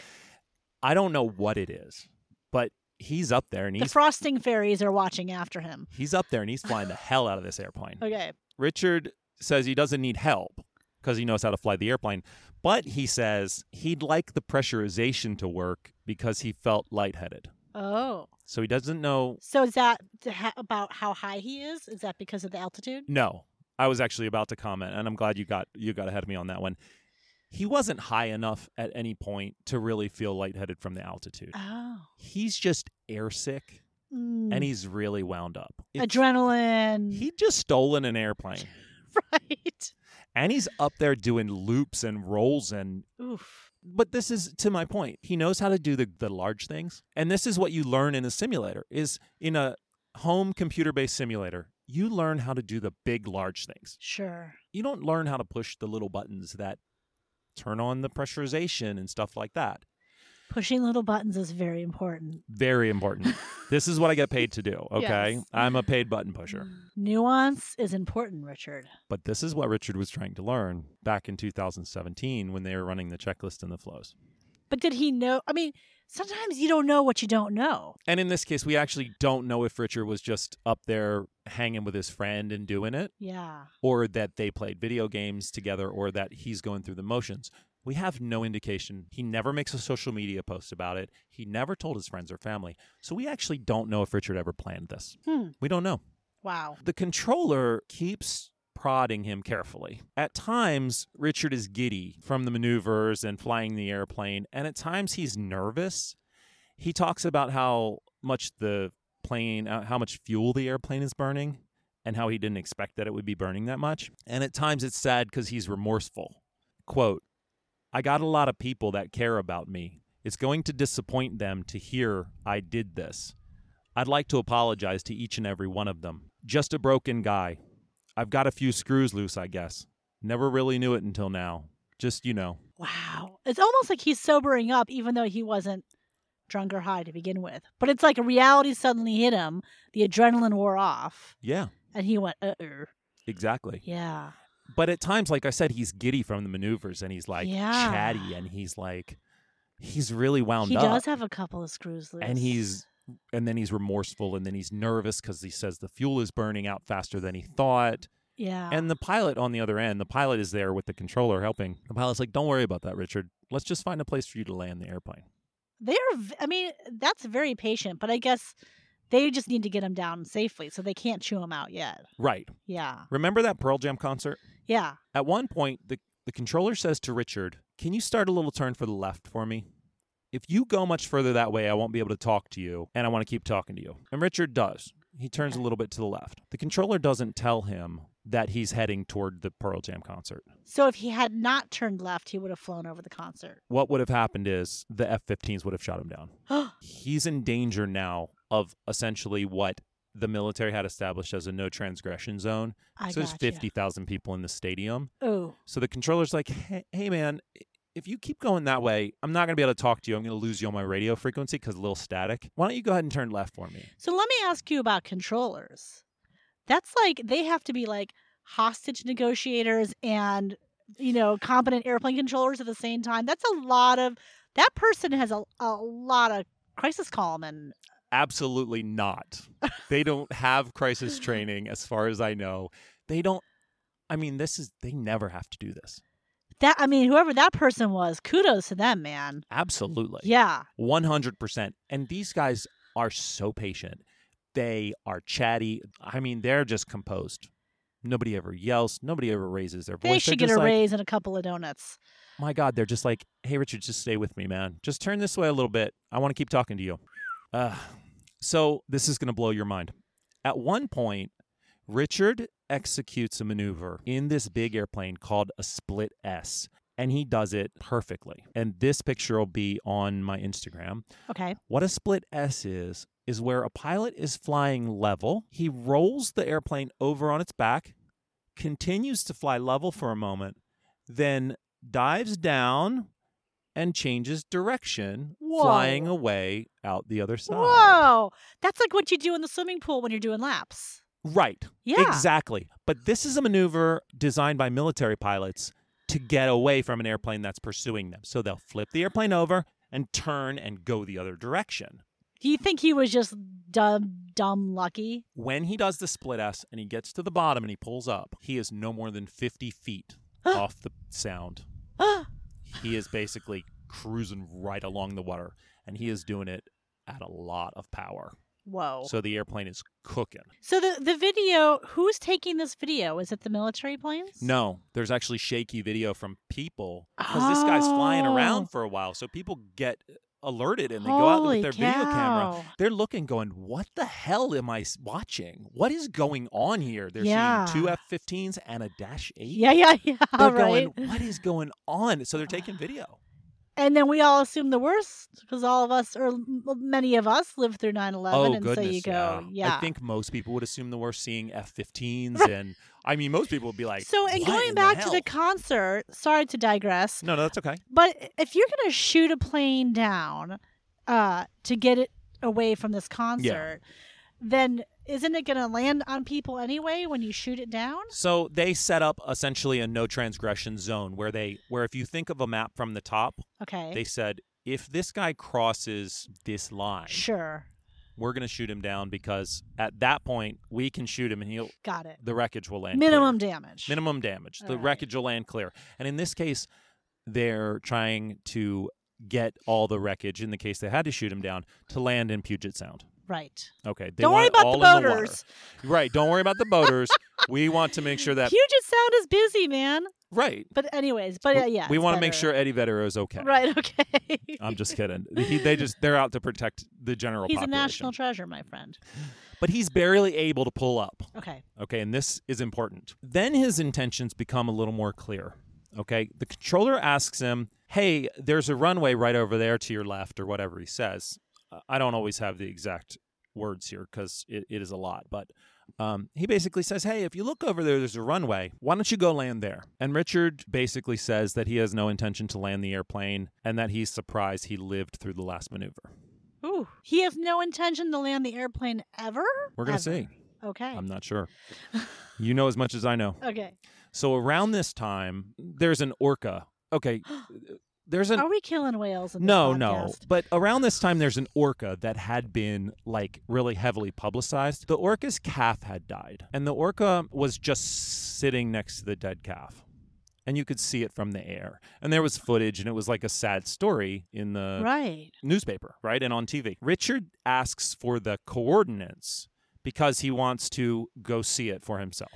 [SPEAKER 2] I don't know what it is, but he's up there and
[SPEAKER 1] The
[SPEAKER 2] he's
[SPEAKER 1] frosting fairies are watching after him.
[SPEAKER 2] he's up there and he's flying the hell out of this airplane.
[SPEAKER 1] Okay,
[SPEAKER 2] Richard says he doesn't need help because he knows how to fly the airplane, but he says he'd like the pressurization to work because he felt lightheaded.
[SPEAKER 1] oh,
[SPEAKER 2] So he doesn't know.
[SPEAKER 1] so is that to ha- about how high he is? Is that because of the altitude?
[SPEAKER 2] No, I was actually about to comment, and I'm glad you got you got ahead of me on that one. He wasn't high enough at any point to really feel lightheaded from the altitude.
[SPEAKER 1] Oh,
[SPEAKER 2] He's just airsick,
[SPEAKER 1] Mm.
[SPEAKER 2] and he's really wound up. It's-
[SPEAKER 1] adrenaline.
[SPEAKER 2] He just stolen an airplane,
[SPEAKER 1] [laughs] right.
[SPEAKER 2] and he's up there doing loops and rolls and
[SPEAKER 1] Oof.
[SPEAKER 2] but this is to my point he knows how to do the, the large things and this is what you learn in a simulator is in a home computer based simulator you learn how to do the big large things
[SPEAKER 1] Sure.
[SPEAKER 2] you don't learn how to push the little buttons that turn on the pressurization and stuff like that
[SPEAKER 1] Pushing little buttons is very important.
[SPEAKER 2] very important this is what i get paid to do okay
[SPEAKER 1] Yes. Mm.
[SPEAKER 2] i'm a paid button pusher
[SPEAKER 1] Nuance is important, Richard.
[SPEAKER 2] but this is what richard was trying to learn back in 2017 when they were running the checklist and the flows
[SPEAKER 1] But did he know? I mean, sometimes you don't know what you don't know.
[SPEAKER 2] And in this case, we actually don't know if Richard was just up there hanging with his friend and doing it,
[SPEAKER 1] Yeah.
[SPEAKER 2] or that they played video games together, or that he's going through the motions. We have no indication. He never makes a social media post about it. He never told his friends or family. So we actually don't know if Richard ever planned this.
[SPEAKER 1] Hmm.
[SPEAKER 2] We don't know.
[SPEAKER 1] Wow.
[SPEAKER 2] The controller keeps prodding him carefully. At times, Richard is giddy from the maneuvers and flying the airplane, and at times he's nervous. He talks about how much the plane, uh, how much fuel the airplane is burning, and how he didn't expect that it would be burning that much. And at times it's sad because he's remorseful. Quote, I got a lot of people that care about me. It's going to disappoint them to hear I did this. I'd like to apologize to each and every one of them. Just a broken guy. I've got a few screws loose, I guess. Never really knew it until now. Just, you know.
[SPEAKER 1] Wow. It's almost like he's sobering up, even though he wasn't drunk or high to begin with. But it's like a reality suddenly hit him. The adrenaline wore off,
[SPEAKER 2] Yeah,
[SPEAKER 1] and he went, uh uh
[SPEAKER 2] exactly.
[SPEAKER 1] Yeah.
[SPEAKER 2] But at times, like I said, he's giddy from the maneuvers and he's like
[SPEAKER 1] Yeah.
[SPEAKER 2] chatty and he's like, he's really wound
[SPEAKER 1] He
[SPEAKER 2] up.
[SPEAKER 1] does have a couple of screws loose.
[SPEAKER 2] and he's and then he's remorseful and then he's nervous because he says the fuel is burning out faster than he thought
[SPEAKER 1] Yeah.
[SPEAKER 2] and the pilot on the other end the pilot is there with the controller helping the pilot's like don't worry about that richard let's just find a place for you to land the airplane
[SPEAKER 1] They're, v- I mean, that's very patient, but I guess they just need to get him down safely, so they can't chew him out yet.
[SPEAKER 2] right
[SPEAKER 1] Yeah.
[SPEAKER 2] remember that pearl jam concert
[SPEAKER 1] Yeah.
[SPEAKER 2] at one point the, the controller says to richard can you start a little turn for the left for me if you go much further that way i won't be able to talk to you and i want to keep talking to you and richard does he turns a little bit to the left the controller doesn't tell him that he's heading toward the pearl jam concert
[SPEAKER 1] So if he had not turned left, he would have flown over the concert.
[SPEAKER 2] what would have happened is the F 15s would have shot him down.
[SPEAKER 1] [gasps]
[SPEAKER 2] He's in danger now of essentially what the military had established as a no transgression zone.
[SPEAKER 1] I
[SPEAKER 2] so there's
[SPEAKER 1] gotcha.
[SPEAKER 2] 50,000 people in the stadium.
[SPEAKER 1] Oh,
[SPEAKER 2] So the controller's like, hey, hey man, i- if you keep going that way, I'm not going to be able to talk to you. I'm going to lose you on my radio frequency because a little static. Why don't you go ahead and turn left for me?
[SPEAKER 1] so let me ask you about controllers. That's like they have to be like hostage negotiators and you know competent airplane controllers at the same time. That's a lot of that person has a, a lot of crisis calm and
[SPEAKER 2] Absolutely not. They don't have crisis training, as far as I know. They don't. I mean, this is they never have to do this.
[SPEAKER 1] that I mean whoever that person was, kudos to them, man.
[SPEAKER 2] Absolutely.
[SPEAKER 1] Yeah.
[SPEAKER 2] 100%. And these guys are so patient. They are chatty. I mean, they're just composed. Nobody ever yells. Nobody ever raises their voice.
[SPEAKER 1] They
[SPEAKER 2] They're
[SPEAKER 1] should get a
[SPEAKER 2] just like,
[SPEAKER 1] raise and a couple of donuts.
[SPEAKER 2] My God, they're just like, hey, Richard, just stay with me, man. Just turn this way a little bit. I want to keep talking to you. Uh, so, this is going to blow your mind. At one point, Richard executes a maneuver in this big airplane called a split S, and he does it perfectly. And this picture will be on my Instagram.
[SPEAKER 1] Okay.
[SPEAKER 2] What a split S is, is where a pilot is flying level. He rolls the airplane over on its back, continues to fly level for a moment, then dives down and changes direction,
[SPEAKER 1] Whoa.
[SPEAKER 2] flying away out the other side.
[SPEAKER 1] Whoa. That's like what you do in the swimming pool when you're doing laps.
[SPEAKER 2] Right.
[SPEAKER 1] Yeah.
[SPEAKER 2] Exactly. But this is a maneuver designed by military pilots to get away from an airplane that's pursuing them. So they'll flip the airplane over and turn and go the other direction.
[SPEAKER 1] Do you think he was just dumb, dumb lucky? [gasps]
[SPEAKER 2] when he does the split S and he gets to the bottom and he pulls up, he is no more than
[SPEAKER 1] [gasps]
[SPEAKER 2] 50 feet off the sound. he is basically cruising right along the water and he is doing it at a lot of power.
[SPEAKER 1] Whoa. So,
[SPEAKER 2] So the airplane is cooking.
[SPEAKER 1] the, the video, who's taking this video? Is it the military planes?
[SPEAKER 2] No, there's actually shaky video from people because this guy's flying
[SPEAKER 1] Oh.
[SPEAKER 2] around for a while. So people get alerted and they go out
[SPEAKER 1] Holy
[SPEAKER 2] with their video camera.
[SPEAKER 1] cow.
[SPEAKER 2] They're looking, going, What the hell am I s- watching? What is going on here? They're
[SPEAKER 1] Yeah.
[SPEAKER 2] seeing two F 15s and a Dash 8.
[SPEAKER 1] Yeah, yeah, [laughs] yeah.
[SPEAKER 2] [laughs] They're
[SPEAKER 1] right.
[SPEAKER 2] going, What is going on? So they're
[SPEAKER 1] [sighs]
[SPEAKER 2] taking video.
[SPEAKER 1] And then we all assume the worst because all of us, or m- many of us, lived through 9 11.
[SPEAKER 2] oh,
[SPEAKER 1] and
[SPEAKER 2] goodness.
[SPEAKER 1] so you go, yeah.
[SPEAKER 2] I think most people would assume the worst seeing F 15s. And I mean, most people would be like,
[SPEAKER 1] so, and
[SPEAKER 2] "What
[SPEAKER 1] going
[SPEAKER 2] in
[SPEAKER 1] back to the
[SPEAKER 2] hell?"
[SPEAKER 1] concert, sorry to digress,
[SPEAKER 2] No, no, that's okay.
[SPEAKER 1] But if you're going to shoot a plane down uh, to get it away from this concert, then isn't it going to land on people anyway when you shoot it down?
[SPEAKER 2] So they set up essentially a no transgression zone where they where if you think of a map from the top,
[SPEAKER 1] Okay.
[SPEAKER 2] they said if this guy crosses this line,
[SPEAKER 1] sure.
[SPEAKER 2] we're going to shoot him down because at that point we can shoot him and he'll
[SPEAKER 1] Got it.
[SPEAKER 2] the wreckage will land.
[SPEAKER 1] Minimum
[SPEAKER 2] clear.
[SPEAKER 1] damage.
[SPEAKER 2] Minimum damage. the
[SPEAKER 1] All right.
[SPEAKER 2] wreckage will land clear. And in this case, they're trying to get all the wreckage in the case they had to shoot him down to land in Puget Sound.
[SPEAKER 1] Right.
[SPEAKER 2] Okay. They
[SPEAKER 1] Don't
[SPEAKER 2] want
[SPEAKER 1] worry
[SPEAKER 2] it
[SPEAKER 1] about
[SPEAKER 2] all
[SPEAKER 1] the
[SPEAKER 2] in water.
[SPEAKER 1] boaters.
[SPEAKER 2] right. Don't worry about the
[SPEAKER 1] [laughs]
[SPEAKER 2] boaters. we want to make sure that
[SPEAKER 1] Puget Sound is busy, man.
[SPEAKER 2] right.
[SPEAKER 1] But anyways, but uh,
[SPEAKER 2] We-
[SPEAKER 1] yeah.
[SPEAKER 2] we
[SPEAKER 1] it's
[SPEAKER 2] want to make
[SPEAKER 1] better.
[SPEAKER 2] sure Eddie Vedder is okay.
[SPEAKER 1] Right. [laughs] Okay.
[SPEAKER 2] I'm just kidding. He, they just they're out to protect the general
[SPEAKER 1] He's a
[SPEAKER 2] population.
[SPEAKER 1] national treasure, my friend.
[SPEAKER 2] but he's barely able to pull up.
[SPEAKER 1] Okay.
[SPEAKER 2] Okay, and this is important. Then his intentions become a little more clear. Okay, the controller asks him, "Hey, there's a runway right over there to your left, or whatever he says." Uh, I don't always have the exact words here because it, it is a lot, but um, he basically says, "Hey, if you look over there, there's a runway. Why don't you go land there?" And Richard basically says that he has no intention to land the airplane and that he's surprised he lived through the last maneuver.
[SPEAKER 1] Ooh. He has no intention to land the airplane ever?
[SPEAKER 2] We're gonna
[SPEAKER 1] Ever.
[SPEAKER 2] see.
[SPEAKER 1] Okay.
[SPEAKER 2] I'm not sure. You know as much as I know.
[SPEAKER 1] okay.
[SPEAKER 2] So around this time, there's an orca.
[SPEAKER 1] [gasps]
[SPEAKER 2] Okay, there's an
[SPEAKER 1] Are we killing whales? In this
[SPEAKER 2] no, no.
[SPEAKER 1] podcast?
[SPEAKER 2] But around this time, there's an orca that had been like really heavily publicized. The orca's calf had died, and the orca was just sitting next to the dead calf. And you could see it from the air. And there was footage, and it was like a sad story in the
[SPEAKER 1] right.
[SPEAKER 2] newspaper, right? And on TV. Richard asks for the coordinates because he wants to go see it for himself.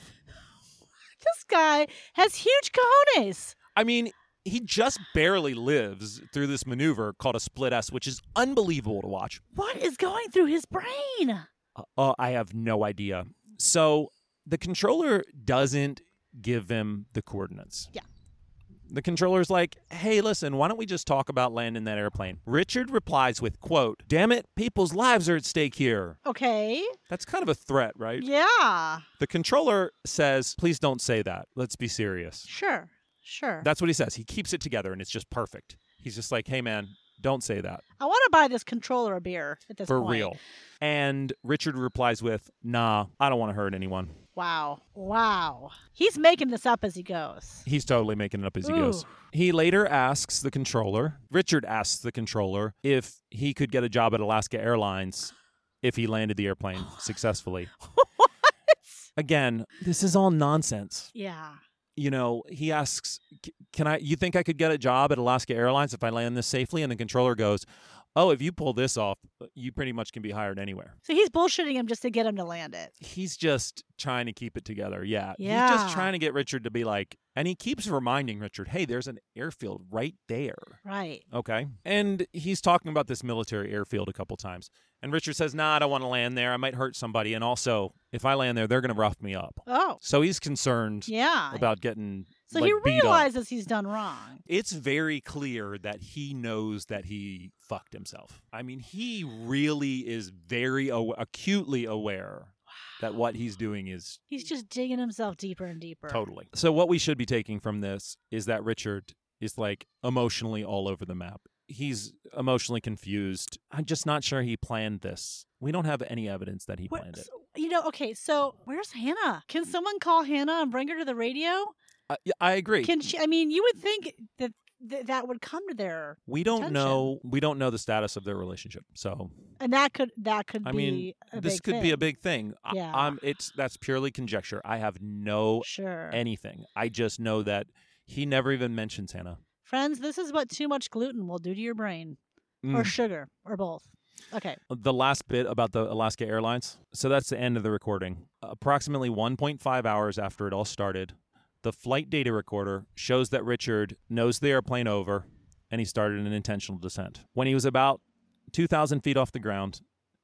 [SPEAKER 1] This guy has huge cojones.
[SPEAKER 2] I mean, he just barely lives through this maneuver called a split S, which is unbelievable to watch.
[SPEAKER 1] What is going through his brain?
[SPEAKER 2] Uh, Uh, I have no idea. So the controller doesn't give him the coordinates.
[SPEAKER 1] Yeah.
[SPEAKER 2] The controller's like, "Hey, listen, why don't we just talk about landing that airplane?" Richard replies with, "Quote, damn it, people's lives are at stake here."
[SPEAKER 1] Okay.
[SPEAKER 2] That's kind of a threat, right?
[SPEAKER 1] Yeah.
[SPEAKER 2] The controller says, "Please don't say that. Let's be serious."
[SPEAKER 1] Sure. Sure.
[SPEAKER 2] That's what he says. He keeps it together and it's just perfect. He's just like, hey, man, don't say that
[SPEAKER 1] I want to buy this controller a beer at this
[SPEAKER 2] for
[SPEAKER 1] point.
[SPEAKER 2] real. And Richard replies with, nah, I don't want to hurt anyone.
[SPEAKER 1] Wow. Wow. He's making this up as he goes. [laughs]
[SPEAKER 2] He's totally making it up as he goes.
[SPEAKER 1] Ooh.
[SPEAKER 2] He later asks the controller, Richard asks the controller if he could get a job at Alaska Airlines if he landed the
[SPEAKER 1] [sighs]
[SPEAKER 2] airplane successfully. Again, this is all nonsense.
[SPEAKER 1] Yeah.
[SPEAKER 2] You know, he asks, "C- "Can I you think I could get a job at Alaska Airlines if I land this safely?" And the controller goes, "Oh, if you pull this off, you pretty much can be hired anywhere."
[SPEAKER 1] So he's bullshitting him just to get him to land it.
[SPEAKER 2] he's just trying to keep it together. Yeah. He's
[SPEAKER 1] Yeah.
[SPEAKER 2] just trying to get Richard to be like, and he keeps reminding Richard, hey, there's an airfield right there.
[SPEAKER 1] Right.
[SPEAKER 2] Okay. And he's talking about this military airfield a couple times. And Richard says, nah, I don't want to land there. I might hurt somebody. And also, if I land there, they're going to rough me up.
[SPEAKER 1] Oh.
[SPEAKER 2] So he's concerned
[SPEAKER 1] Yeah.
[SPEAKER 2] about getting.
[SPEAKER 1] so
[SPEAKER 2] like,
[SPEAKER 1] he
[SPEAKER 2] beat up.
[SPEAKER 1] realizes he's done wrong.
[SPEAKER 2] It's very clear that he knows that he fucked himself. I mean, he really is very aw- acutely aware that what he's doing is
[SPEAKER 1] He's just digging himself deeper and deeper.
[SPEAKER 2] Totally. So what we should be taking from this is that Richard is like emotionally all over the map. He's emotionally confused. I'm just not sure he planned this. We don't have any evidence that he
[SPEAKER 1] Where-
[SPEAKER 2] planned it. Mm.
[SPEAKER 1] so- you know, okay, so where's Hannah? Can someone call Hannah and bring her to the radio?
[SPEAKER 2] I, yeah, I agree.
[SPEAKER 1] Can she? I mean, you would think that th- that would come to their,
[SPEAKER 2] we don't
[SPEAKER 1] Tension.
[SPEAKER 2] know. We don't know the status of their relationship. So
[SPEAKER 1] and that could that could
[SPEAKER 2] I
[SPEAKER 1] be.
[SPEAKER 2] mean,
[SPEAKER 1] a
[SPEAKER 2] this
[SPEAKER 1] big
[SPEAKER 2] could
[SPEAKER 1] thing.
[SPEAKER 2] be a big thing. I-
[SPEAKER 1] Yeah.
[SPEAKER 2] I'm, it's that's purely conjecture. I have no
[SPEAKER 1] sure.
[SPEAKER 2] anything. I just know that he never even mentions Hannah.
[SPEAKER 1] Friends, this is what too much gluten will do to your brain, or
[SPEAKER 2] Mm.
[SPEAKER 1] sugar, or both. Okay.
[SPEAKER 2] the last bit about the Alaska Airlines. So that's the end of the recording. Approximately 1.5 hours after it all started, the flight data recorder shows that Richard nose the airplane over and he started an intentional descent. When he was about 2,000 feet off the ground,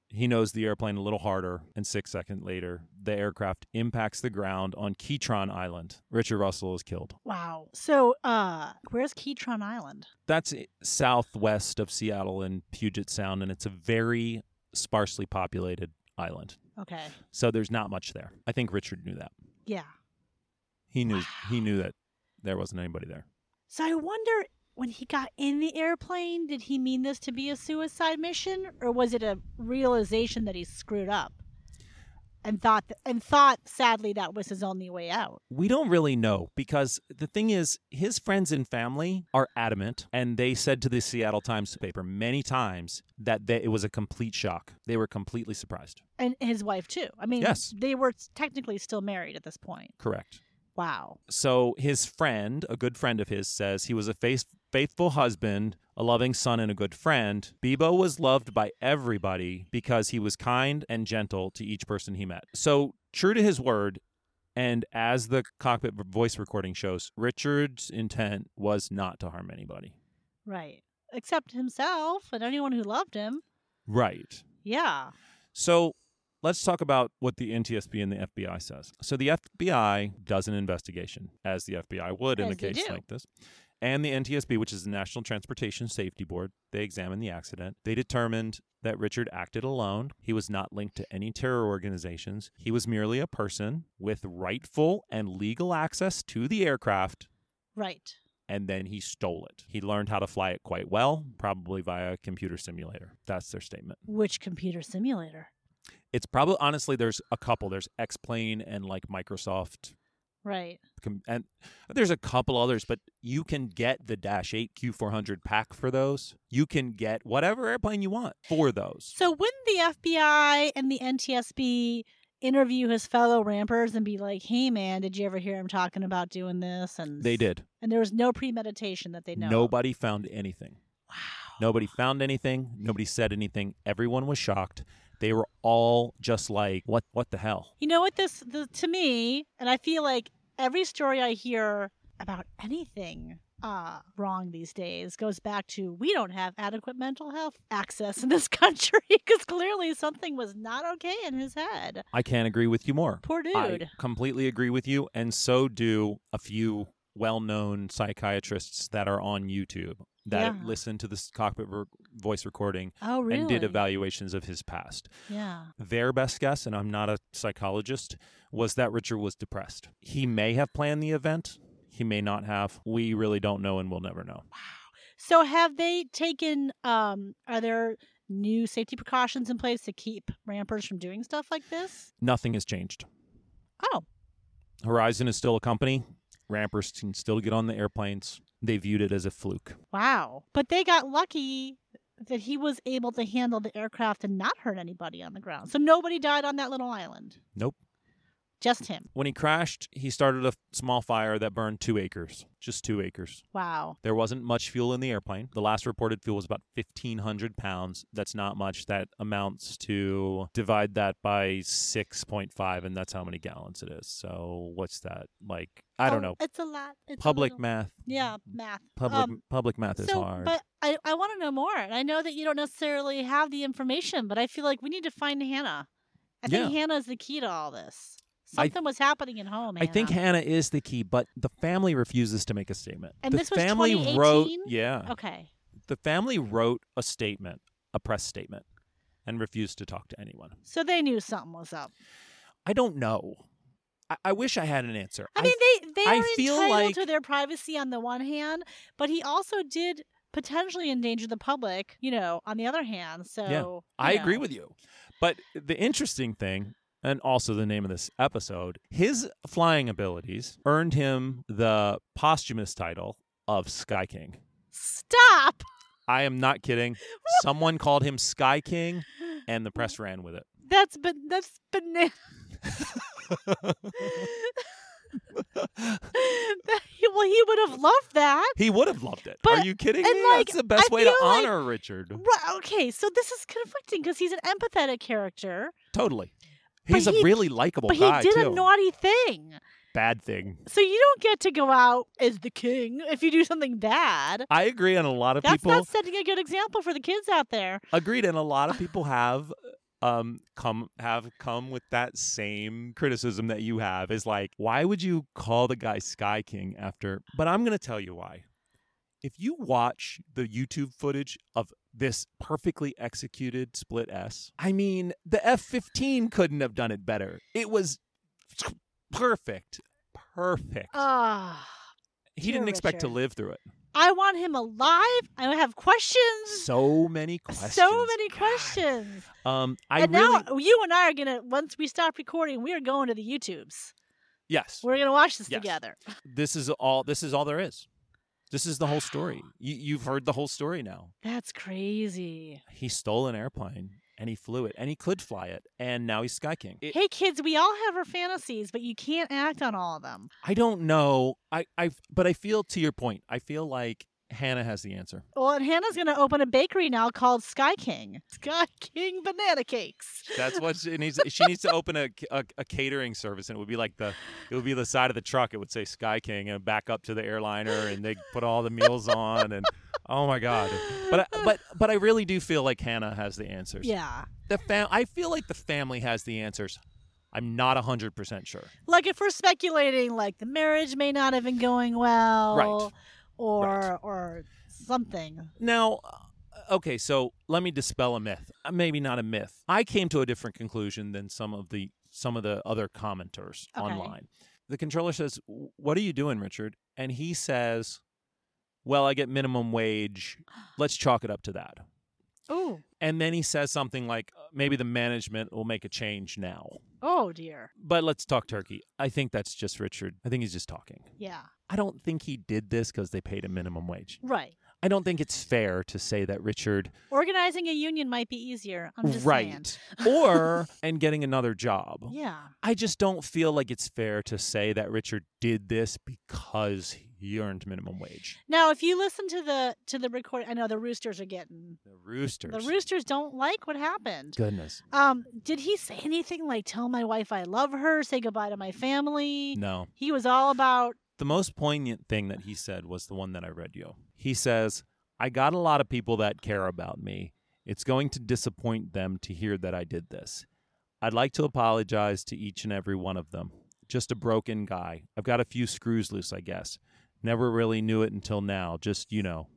[SPEAKER 2] he nosed the airplane a little harder, and six seconds later, the aircraft impacts the ground on Keytron Island. Richard Russell is killed.
[SPEAKER 1] Wow. So, uh, where's Keytron Island?
[SPEAKER 2] That's i- southwest of Seattle in Puget Sound, and it's a very sparsely populated island.
[SPEAKER 1] Okay.
[SPEAKER 2] So there's not much there. I think Richard knew that.
[SPEAKER 1] Yeah.
[SPEAKER 2] He knew he knew that there wasn't anybody there.
[SPEAKER 1] So I wonder when he got in the airplane, did he mean this to be a suicide mission, or was it a realization that he screwed up, and thought and thought sadly that was his only way out?
[SPEAKER 2] We don't really know because the thing is his friends and family are adamant and they said to the Seattle Times paper many times that they, it was a complete shock. They were completely surprised.
[SPEAKER 1] And his wife too. I mean,
[SPEAKER 2] Yes.
[SPEAKER 1] they were technically still married at this point.
[SPEAKER 2] Correct.
[SPEAKER 1] Wow.
[SPEAKER 2] So his friend, a good friend of his, says he was a faith- faithful husband, a loving son, and a good friend. Bebo was loved by everybody because he was kind and gentle to each person he met. So true to his word, and as the cockpit voice recording shows, Richard's intent was not to harm anybody.
[SPEAKER 1] Right. Except himself and anyone who loved him.
[SPEAKER 2] Right.
[SPEAKER 1] Yeah.
[SPEAKER 2] So let's talk about what the NTSB and the FBI says. So the FBI does an investigation, as the FBI would in a
[SPEAKER 1] As they
[SPEAKER 2] case
[SPEAKER 1] do.
[SPEAKER 2] like this. And the NTSB, which is the National Transportation Safety Board, they examined the accident. They determined that Richard acted alone. He was not linked to any terror organizations. He was merely a person with rightful and legal access to the aircraft
[SPEAKER 1] Right.
[SPEAKER 2] and then he stole it. He learned how to fly it quite well, probably via a computer simulator. That's their statement.
[SPEAKER 1] Which computer simulator?
[SPEAKER 2] It's probably honestly there's a couple. There's X Plane and like Microsoft,
[SPEAKER 1] Right.
[SPEAKER 2] com- and there's a couple others. But you can get the Dash Eight Q400 pack for those. You can get whatever airplane you want for those.
[SPEAKER 1] So wouldn't the FBI and the NTSB interview his fellow rampers and be like, "Hey, man, did you ever hear him talking about doing this?" And
[SPEAKER 2] They did.
[SPEAKER 1] And there was no premeditation that they know. of.
[SPEAKER 2] Nobody found anything.
[SPEAKER 1] Wow.
[SPEAKER 2] Nobody found anything. Nobody said anything. Everyone was shocked. They were all just like, "What? What the hell?"
[SPEAKER 1] You know what this the, to me, and I feel like every story I hear about anything uh, wrong these days goes back to we don't have adequate mental health access in this [laughs] country because clearly something was not okay in his head.
[SPEAKER 2] I can't agree with you more.
[SPEAKER 1] Poor
[SPEAKER 2] I
[SPEAKER 1] dude.
[SPEAKER 2] completely agree with you, and so do a few well-known psychiatrists that are on YouTube that
[SPEAKER 1] Yeah.
[SPEAKER 2] listen to this cockpit re- voice recording
[SPEAKER 1] oh, really?
[SPEAKER 2] and did evaluations of his past.
[SPEAKER 1] Yeah.
[SPEAKER 2] Their best guess, and I'm not a psychologist, was that Richard was depressed. He may have planned the event. He may not have. We really don't know, and we'll never know.
[SPEAKER 1] So have they taken um are there new safety precautions in place to keep rampers from doing stuff like this?
[SPEAKER 2] Nothing has changed.
[SPEAKER 1] Oh.
[SPEAKER 2] Horizon is still a company. Rampers can still get on the airplanes. They viewed it as a fluke.
[SPEAKER 1] Wow. But they got lucky that he was able to handle the aircraft and not hurt anybody on the ground. So nobody died on that little island.
[SPEAKER 2] Nope.
[SPEAKER 1] Just him.
[SPEAKER 2] When he crashed, he started a small fire that burned two acres, just two acres.
[SPEAKER 1] Wow.
[SPEAKER 2] There wasn't much fuel in the airplane. The last reported fuel was about 1,500 pounds. That's not much. That amounts to divide that by 6.5, and that's how many gallons it is. So what's that? Like, I don't
[SPEAKER 1] Oh,
[SPEAKER 2] know.
[SPEAKER 1] It's a lot. It's a
[SPEAKER 2] Public Mm.
[SPEAKER 1] little-
[SPEAKER 2] math.
[SPEAKER 1] Yeah, math.
[SPEAKER 2] Public
[SPEAKER 1] Um,
[SPEAKER 2] public math is
[SPEAKER 1] so,
[SPEAKER 2] hard.
[SPEAKER 1] but I, I want to know more. And I know that you don't necessarily have the information, but I feel like we need to find Hannah. I think
[SPEAKER 2] Yeah.
[SPEAKER 1] Hannah is the key to all this.
[SPEAKER 2] I-
[SPEAKER 1] Something was happening at home.
[SPEAKER 2] I think
[SPEAKER 1] Hannah.
[SPEAKER 2] Hannah is the key, but the family refuses to make a statement.
[SPEAKER 1] And
[SPEAKER 2] the
[SPEAKER 1] this was
[SPEAKER 2] family wrote,
[SPEAKER 1] 2018?
[SPEAKER 2] yeah,
[SPEAKER 1] Okay.
[SPEAKER 2] the family wrote a statement, a press statement, and refused to talk to anyone.
[SPEAKER 1] So they knew something was up.
[SPEAKER 2] I don't know. I, I wish I had an answer.
[SPEAKER 1] I mean, they they
[SPEAKER 2] I
[SPEAKER 1] are
[SPEAKER 2] feel
[SPEAKER 1] entitled
[SPEAKER 2] like-
[SPEAKER 1] to their privacy on the one hand, but he also did potentially endanger the public. You know, on the other hand. So you
[SPEAKER 2] I agree
[SPEAKER 1] know.
[SPEAKER 2] with you. But the interesting thing, and also the name of this episode, his flying abilities earned him the posthumous title of Sky King.
[SPEAKER 1] Stop.
[SPEAKER 2] I am not kidding. Someone called him Sky King, and the
[SPEAKER 1] [laughs]
[SPEAKER 2] press ran with it. [laughs]
[SPEAKER 1] That's but that's [laughs] banana. well, he would have loved that.
[SPEAKER 2] he would have loved it. Are
[SPEAKER 1] But-
[SPEAKER 2] you kidding
[SPEAKER 1] and,
[SPEAKER 2] me?
[SPEAKER 1] like,
[SPEAKER 2] That's the best
[SPEAKER 1] I
[SPEAKER 2] way to
[SPEAKER 1] feel like-
[SPEAKER 2] honor Richard.
[SPEAKER 1] Right, okay, so this is conflicting because he's an empathetic character,
[SPEAKER 2] Totally.
[SPEAKER 1] But
[SPEAKER 2] He's a
[SPEAKER 1] he-
[SPEAKER 2] really likable
[SPEAKER 1] but
[SPEAKER 2] guy
[SPEAKER 1] he did
[SPEAKER 2] too.
[SPEAKER 1] a naughty thing.
[SPEAKER 2] Bad thing.
[SPEAKER 1] So you don't get to go out as the king if you do something bad.
[SPEAKER 2] I agree on a lot of
[SPEAKER 1] That's
[SPEAKER 2] people.
[SPEAKER 1] not setting a good example for the kids out there.
[SPEAKER 2] Agreed, and a lot of people have um come have come with that same criticism that you have is like, why would you call the guy Sky King after? But I'm gonna tell you why. If you watch the YouTube footage of this perfectly executed split S, I mean, the F15 couldn't have done it better. It was perfect, perfect.
[SPEAKER 1] Ah,
[SPEAKER 2] he didn't
[SPEAKER 1] dear
[SPEAKER 2] expect to
[SPEAKER 1] Richard.
[SPEAKER 2] live through it.
[SPEAKER 1] I want him alive. I have questions.
[SPEAKER 2] So many questions.
[SPEAKER 1] So many
[SPEAKER 2] God.
[SPEAKER 1] questions.
[SPEAKER 2] Um, I
[SPEAKER 1] and
[SPEAKER 2] really
[SPEAKER 1] now you and I are gonna once we stop recording, we are going to the YouTubes.
[SPEAKER 2] yes.
[SPEAKER 1] We're gonna watch this
[SPEAKER 2] Yes.
[SPEAKER 1] together.
[SPEAKER 2] this is all this is all there is this is the
[SPEAKER 1] [gasps]
[SPEAKER 2] whole story you, you've heard the whole story now
[SPEAKER 1] That's crazy.
[SPEAKER 2] he stole an airplane and he flew it and he could fly it and now he's sky king It-
[SPEAKER 1] hey kids, we all have our fantasies, but you can't act on all of them.
[SPEAKER 2] i don't know i i but i feel to your point i feel like hannah has the answer
[SPEAKER 1] Well, and Hannah's gonna open a bakery now called Sky King. Sky King banana cakes.
[SPEAKER 2] that's what she needs she needs to open a, a, a catering service and it would be like the it would be the side of the truck it would say sky king and back up to the airliner and they put all the meals on and oh my god but I, but but i really do feel like hannah has the answers
[SPEAKER 1] yeah.
[SPEAKER 2] the fam- I feel like the family has the answers. I'm not 100% sure.
[SPEAKER 1] [laughs] like if we're speculating like the marriage may not have been going well or
[SPEAKER 2] Right.
[SPEAKER 1] or something
[SPEAKER 2] Now, uh, okay, so let me dispel a myth. Uh, Maybe not a myth. I came to a different conclusion than some of the some of the other commenters
[SPEAKER 1] Okay.
[SPEAKER 2] online. The controller says, "What are you doing, Richard?" And he says, "Well, I get minimum wage. Let's chalk it up to that."
[SPEAKER 1] oh
[SPEAKER 2] And then he says something like, "Uh, "Maybe the management will make a change now."
[SPEAKER 1] oh dear
[SPEAKER 2] But let's talk turkey. I think that's just Richard. I think he's just talking.
[SPEAKER 1] yeah
[SPEAKER 2] I don't think he did this because they paid a minimum wage.
[SPEAKER 1] right
[SPEAKER 2] I don't think it's fair to say that Richard
[SPEAKER 1] organizing a union might be easier i'm just saying
[SPEAKER 2] right or [laughs] and getting another job.
[SPEAKER 1] yeah
[SPEAKER 2] I just don't feel like it's fair to say that Richard did this because he earned minimum wage.
[SPEAKER 1] now if you listen to the to the record i know the roosters are getting
[SPEAKER 2] The roosters.
[SPEAKER 1] the roosters don't like what happened
[SPEAKER 2] Goodness.
[SPEAKER 1] um did he say anything like tell my wife i love her say goodbye to my family
[SPEAKER 2] No.
[SPEAKER 1] he was all about
[SPEAKER 2] The most poignant thing that he said was the one that I read you. He says, "I got a lot of people that care about me. It's going to disappoint them to hear that I did this. I'd like to apologize to each and every one of them. Just a broken guy. I've got a few screws loose, I guess. Never really knew it until now, just, you know."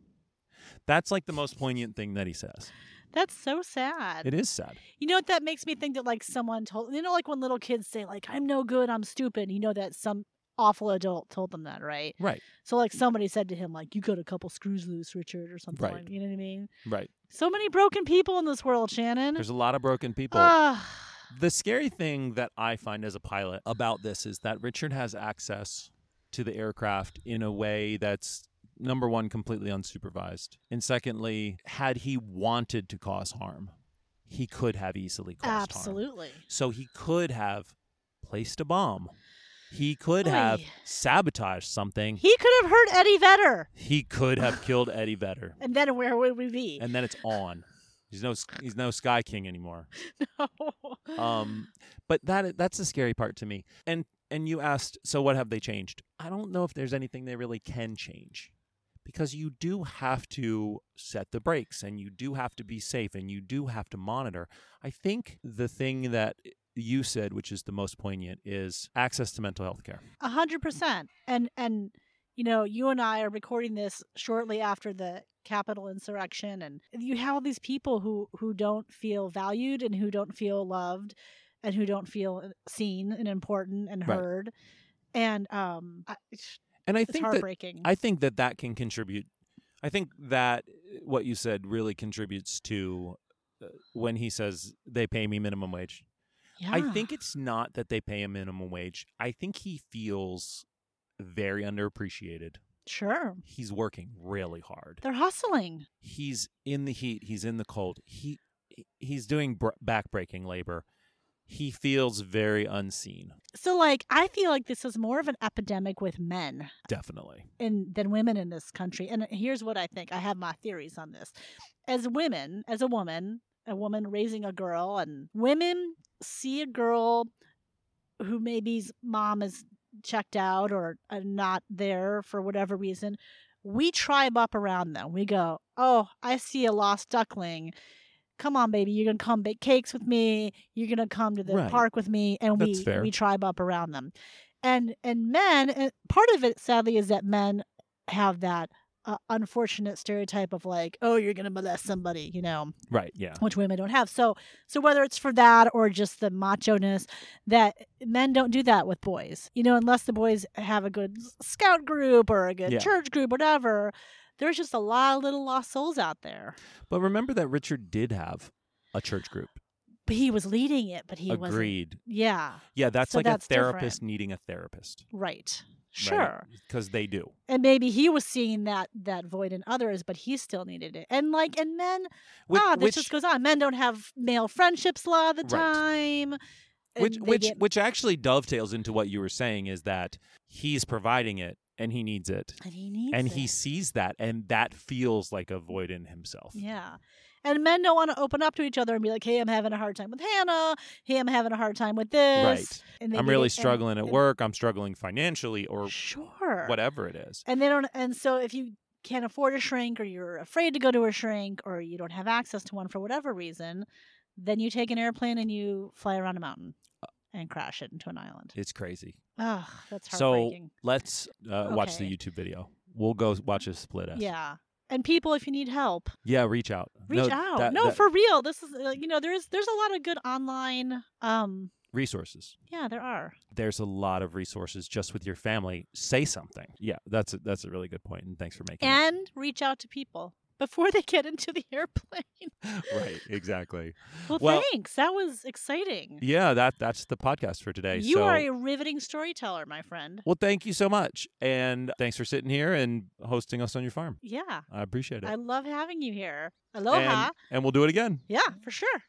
[SPEAKER 2] That's like the most poignant thing that he says.
[SPEAKER 1] that's so sad
[SPEAKER 2] It is sad.
[SPEAKER 1] You know what that makes me think that like someone told you know like when little kids say like I'm no good, I'm stupid, you know that some awful adult told them that, right?
[SPEAKER 2] Right.
[SPEAKER 1] So like somebody said to him like you got a couple screws loose, Richard, or something.
[SPEAKER 2] Right.
[SPEAKER 1] Like, you know what I mean?
[SPEAKER 2] Right.
[SPEAKER 1] So many broken people in this world, Shannon.
[SPEAKER 2] There's a lot of broken people.
[SPEAKER 1] Ugh.
[SPEAKER 2] The scary thing that I find as a pilot about this is that Richard has access to the aircraft in a way that's number one, completely unsupervised. And secondly, had he wanted to cause harm, he could have easily caused harm.
[SPEAKER 1] Absolutely.
[SPEAKER 2] So he could have placed a bomb. He could
[SPEAKER 1] Oy.
[SPEAKER 2] have sabotaged something. He,
[SPEAKER 1] He could have hurt Eddie Vedder,
[SPEAKER 2] could have killed Eddie Vedder.
[SPEAKER 1] and then where would we be?
[SPEAKER 2] And then it's on. He's no he's no Sky King anymore. Um but that that's the scary part to me. And and you asked so what have they changed? I don't know if there's anything they really can change. Because you do have to set the brakes and you do have to be safe and you do have to monitor. I think the thing that you said, which is the most poignant, is access to mental health care.
[SPEAKER 1] A hundred percent. And and you know, you and I are recording this shortly after the Capitol insurrection, and you have all these people who who don't feel valued and who don't feel loved, and who don't feel uh, seen and important and
[SPEAKER 2] Right.
[SPEAKER 1] heard. And um, I,
[SPEAKER 2] And I
[SPEAKER 1] it's
[SPEAKER 2] think that
[SPEAKER 1] heartbreaking.
[SPEAKER 2] I think that that can contribute. I think that what you said really contributes to uh, when he says they pay me minimum wage.
[SPEAKER 1] yeah.
[SPEAKER 2] I think it's not that they pay a minimum wage. I think he feels very underappreciated.
[SPEAKER 1] sure
[SPEAKER 2] He's working really hard.
[SPEAKER 1] they're hustling.
[SPEAKER 2] He's in the heat, he's in the cold. He he's doing br- backbreaking labor. He feels very unseen,
[SPEAKER 1] So like, I feel like this is more of an epidemic with men.
[SPEAKER 2] definitely.
[SPEAKER 1] in than women in this country. And here's what I think. I have my theories on this. As women, as a woman, a woman raising a girl, and women see a girl who maybe's mom is checked out or uh, not there for whatever reason. We tribe up around them. We go, "Oh, I see a lost duckling. Come on, baby, you're gonna come bake cakes with me. You're gonna come to the
[SPEAKER 2] Right.
[SPEAKER 1] park with me." And
[SPEAKER 2] That's
[SPEAKER 1] we
[SPEAKER 2] fair.
[SPEAKER 1] we tribe up around them and and men and part of it sadly is that men have that uh, unfortunate stereotype of like oh you're gonna molest somebody you know
[SPEAKER 2] Right, yeah.
[SPEAKER 1] which women don't have so so whether it's for that or just the macho-ness that men don't do that with boys you know unless the boys have a good scout group or a good
[SPEAKER 2] Yeah.
[SPEAKER 1] church group whatever there's just a lot of little lost souls out there
[SPEAKER 2] But remember that Richard did have a church group.
[SPEAKER 1] but he was leading it but he wasn't
[SPEAKER 2] Agreed.
[SPEAKER 1] yeah
[SPEAKER 2] Yeah, that's
[SPEAKER 1] So
[SPEAKER 2] like
[SPEAKER 1] that's
[SPEAKER 2] a
[SPEAKER 1] different.
[SPEAKER 2] therapist needing a therapist.
[SPEAKER 1] right sure
[SPEAKER 2] Because they do.
[SPEAKER 1] and maybe he was seeing that that void in others but he still needed it and like and men
[SPEAKER 2] Which,
[SPEAKER 1] ah this
[SPEAKER 2] which,
[SPEAKER 1] just goes on men don't have male friendships a lot of the
[SPEAKER 2] Right.
[SPEAKER 1] time and
[SPEAKER 2] which,
[SPEAKER 1] they
[SPEAKER 2] which,
[SPEAKER 1] get-
[SPEAKER 2] which actually dovetails into what you were saying is that he's providing it and he needs it.
[SPEAKER 1] and he needs
[SPEAKER 2] and
[SPEAKER 1] it.
[SPEAKER 2] he sees that and that feels like a void in himself.
[SPEAKER 1] yeah and men don't want to open up to each other and be like hey i'm having a hard time with hannah hey i'm having a hard time with this
[SPEAKER 2] Right.
[SPEAKER 1] and they
[SPEAKER 2] I'm
[SPEAKER 1] need
[SPEAKER 2] really
[SPEAKER 1] it, and-
[SPEAKER 2] struggling at
[SPEAKER 1] and-
[SPEAKER 2] work. I'm struggling financially or
[SPEAKER 1] sure
[SPEAKER 2] whatever it is.
[SPEAKER 1] and they don't and so if you can't afford a shrink or you're afraid to go to a shrink or you don't have access to one for whatever reason then you take an airplane and you fly around a mountain
[SPEAKER 2] Uh,
[SPEAKER 1] and crash it into an island
[SPEAKER 2] It's crazy.
[SPEAKER 1] Ugh, that's
[SPEAKER 2] So
[SPEAKER 1] heartbreaking
[SPEAKER 2] let's uh, watch the
[SPEAKER 1] Okay.
[SPEAKER 2] YouTube video. We'll go watch a split. S.
[SPEAKER 1] yeah and people if you need help
[SPEAKER 2] Yeah, reach out.
[SPEAKER 1] reach
[SPEAKER 2] No,
[SPEAKER 1] out
[SPEAKER 2] that-
[SPEAKER 1] no
[SPEAKER 2] that-
[SPEAKER 1] for real this is uh, you know there's there's a lot of good online um
[SPEAKER 2] resources.
[SPEAKER 1] yeah there are
[SPEAKER 2] there's a lot of resources just with your family. Say something. Yeah, that's a, that's a really good point, and thanks for making
[SPEAKER 1] and reach out to people before [laughs] they get into the airplane
[SPEAKER 2] it. [laughs] right, exactly.
[SPEAKER 1] well,
[SPEAKER 2] Well-
[SPEAKER 1] thanks that was exciting
[SPEAKER 2] Yeah, that that's the podcast for today.
[SPEAKER 1] you
[SPEAKER 2] so,
[SPEAKER 1] are a riveting storyteller my friend
[SPEAKER 2] well, thank you so much, and thanks for sitting here and hosting us on your farm.
[SPEAKER 1] yeah
[SPEAKER 2] I appreciate it.
[SPEAKER 1] I love having you here.
[SPEAKER 2] And-
[SPEAKER 1] Aloha.
[SPEAKER 2] and we'll do it again.
[SPEAKER 1] yeah, for sure.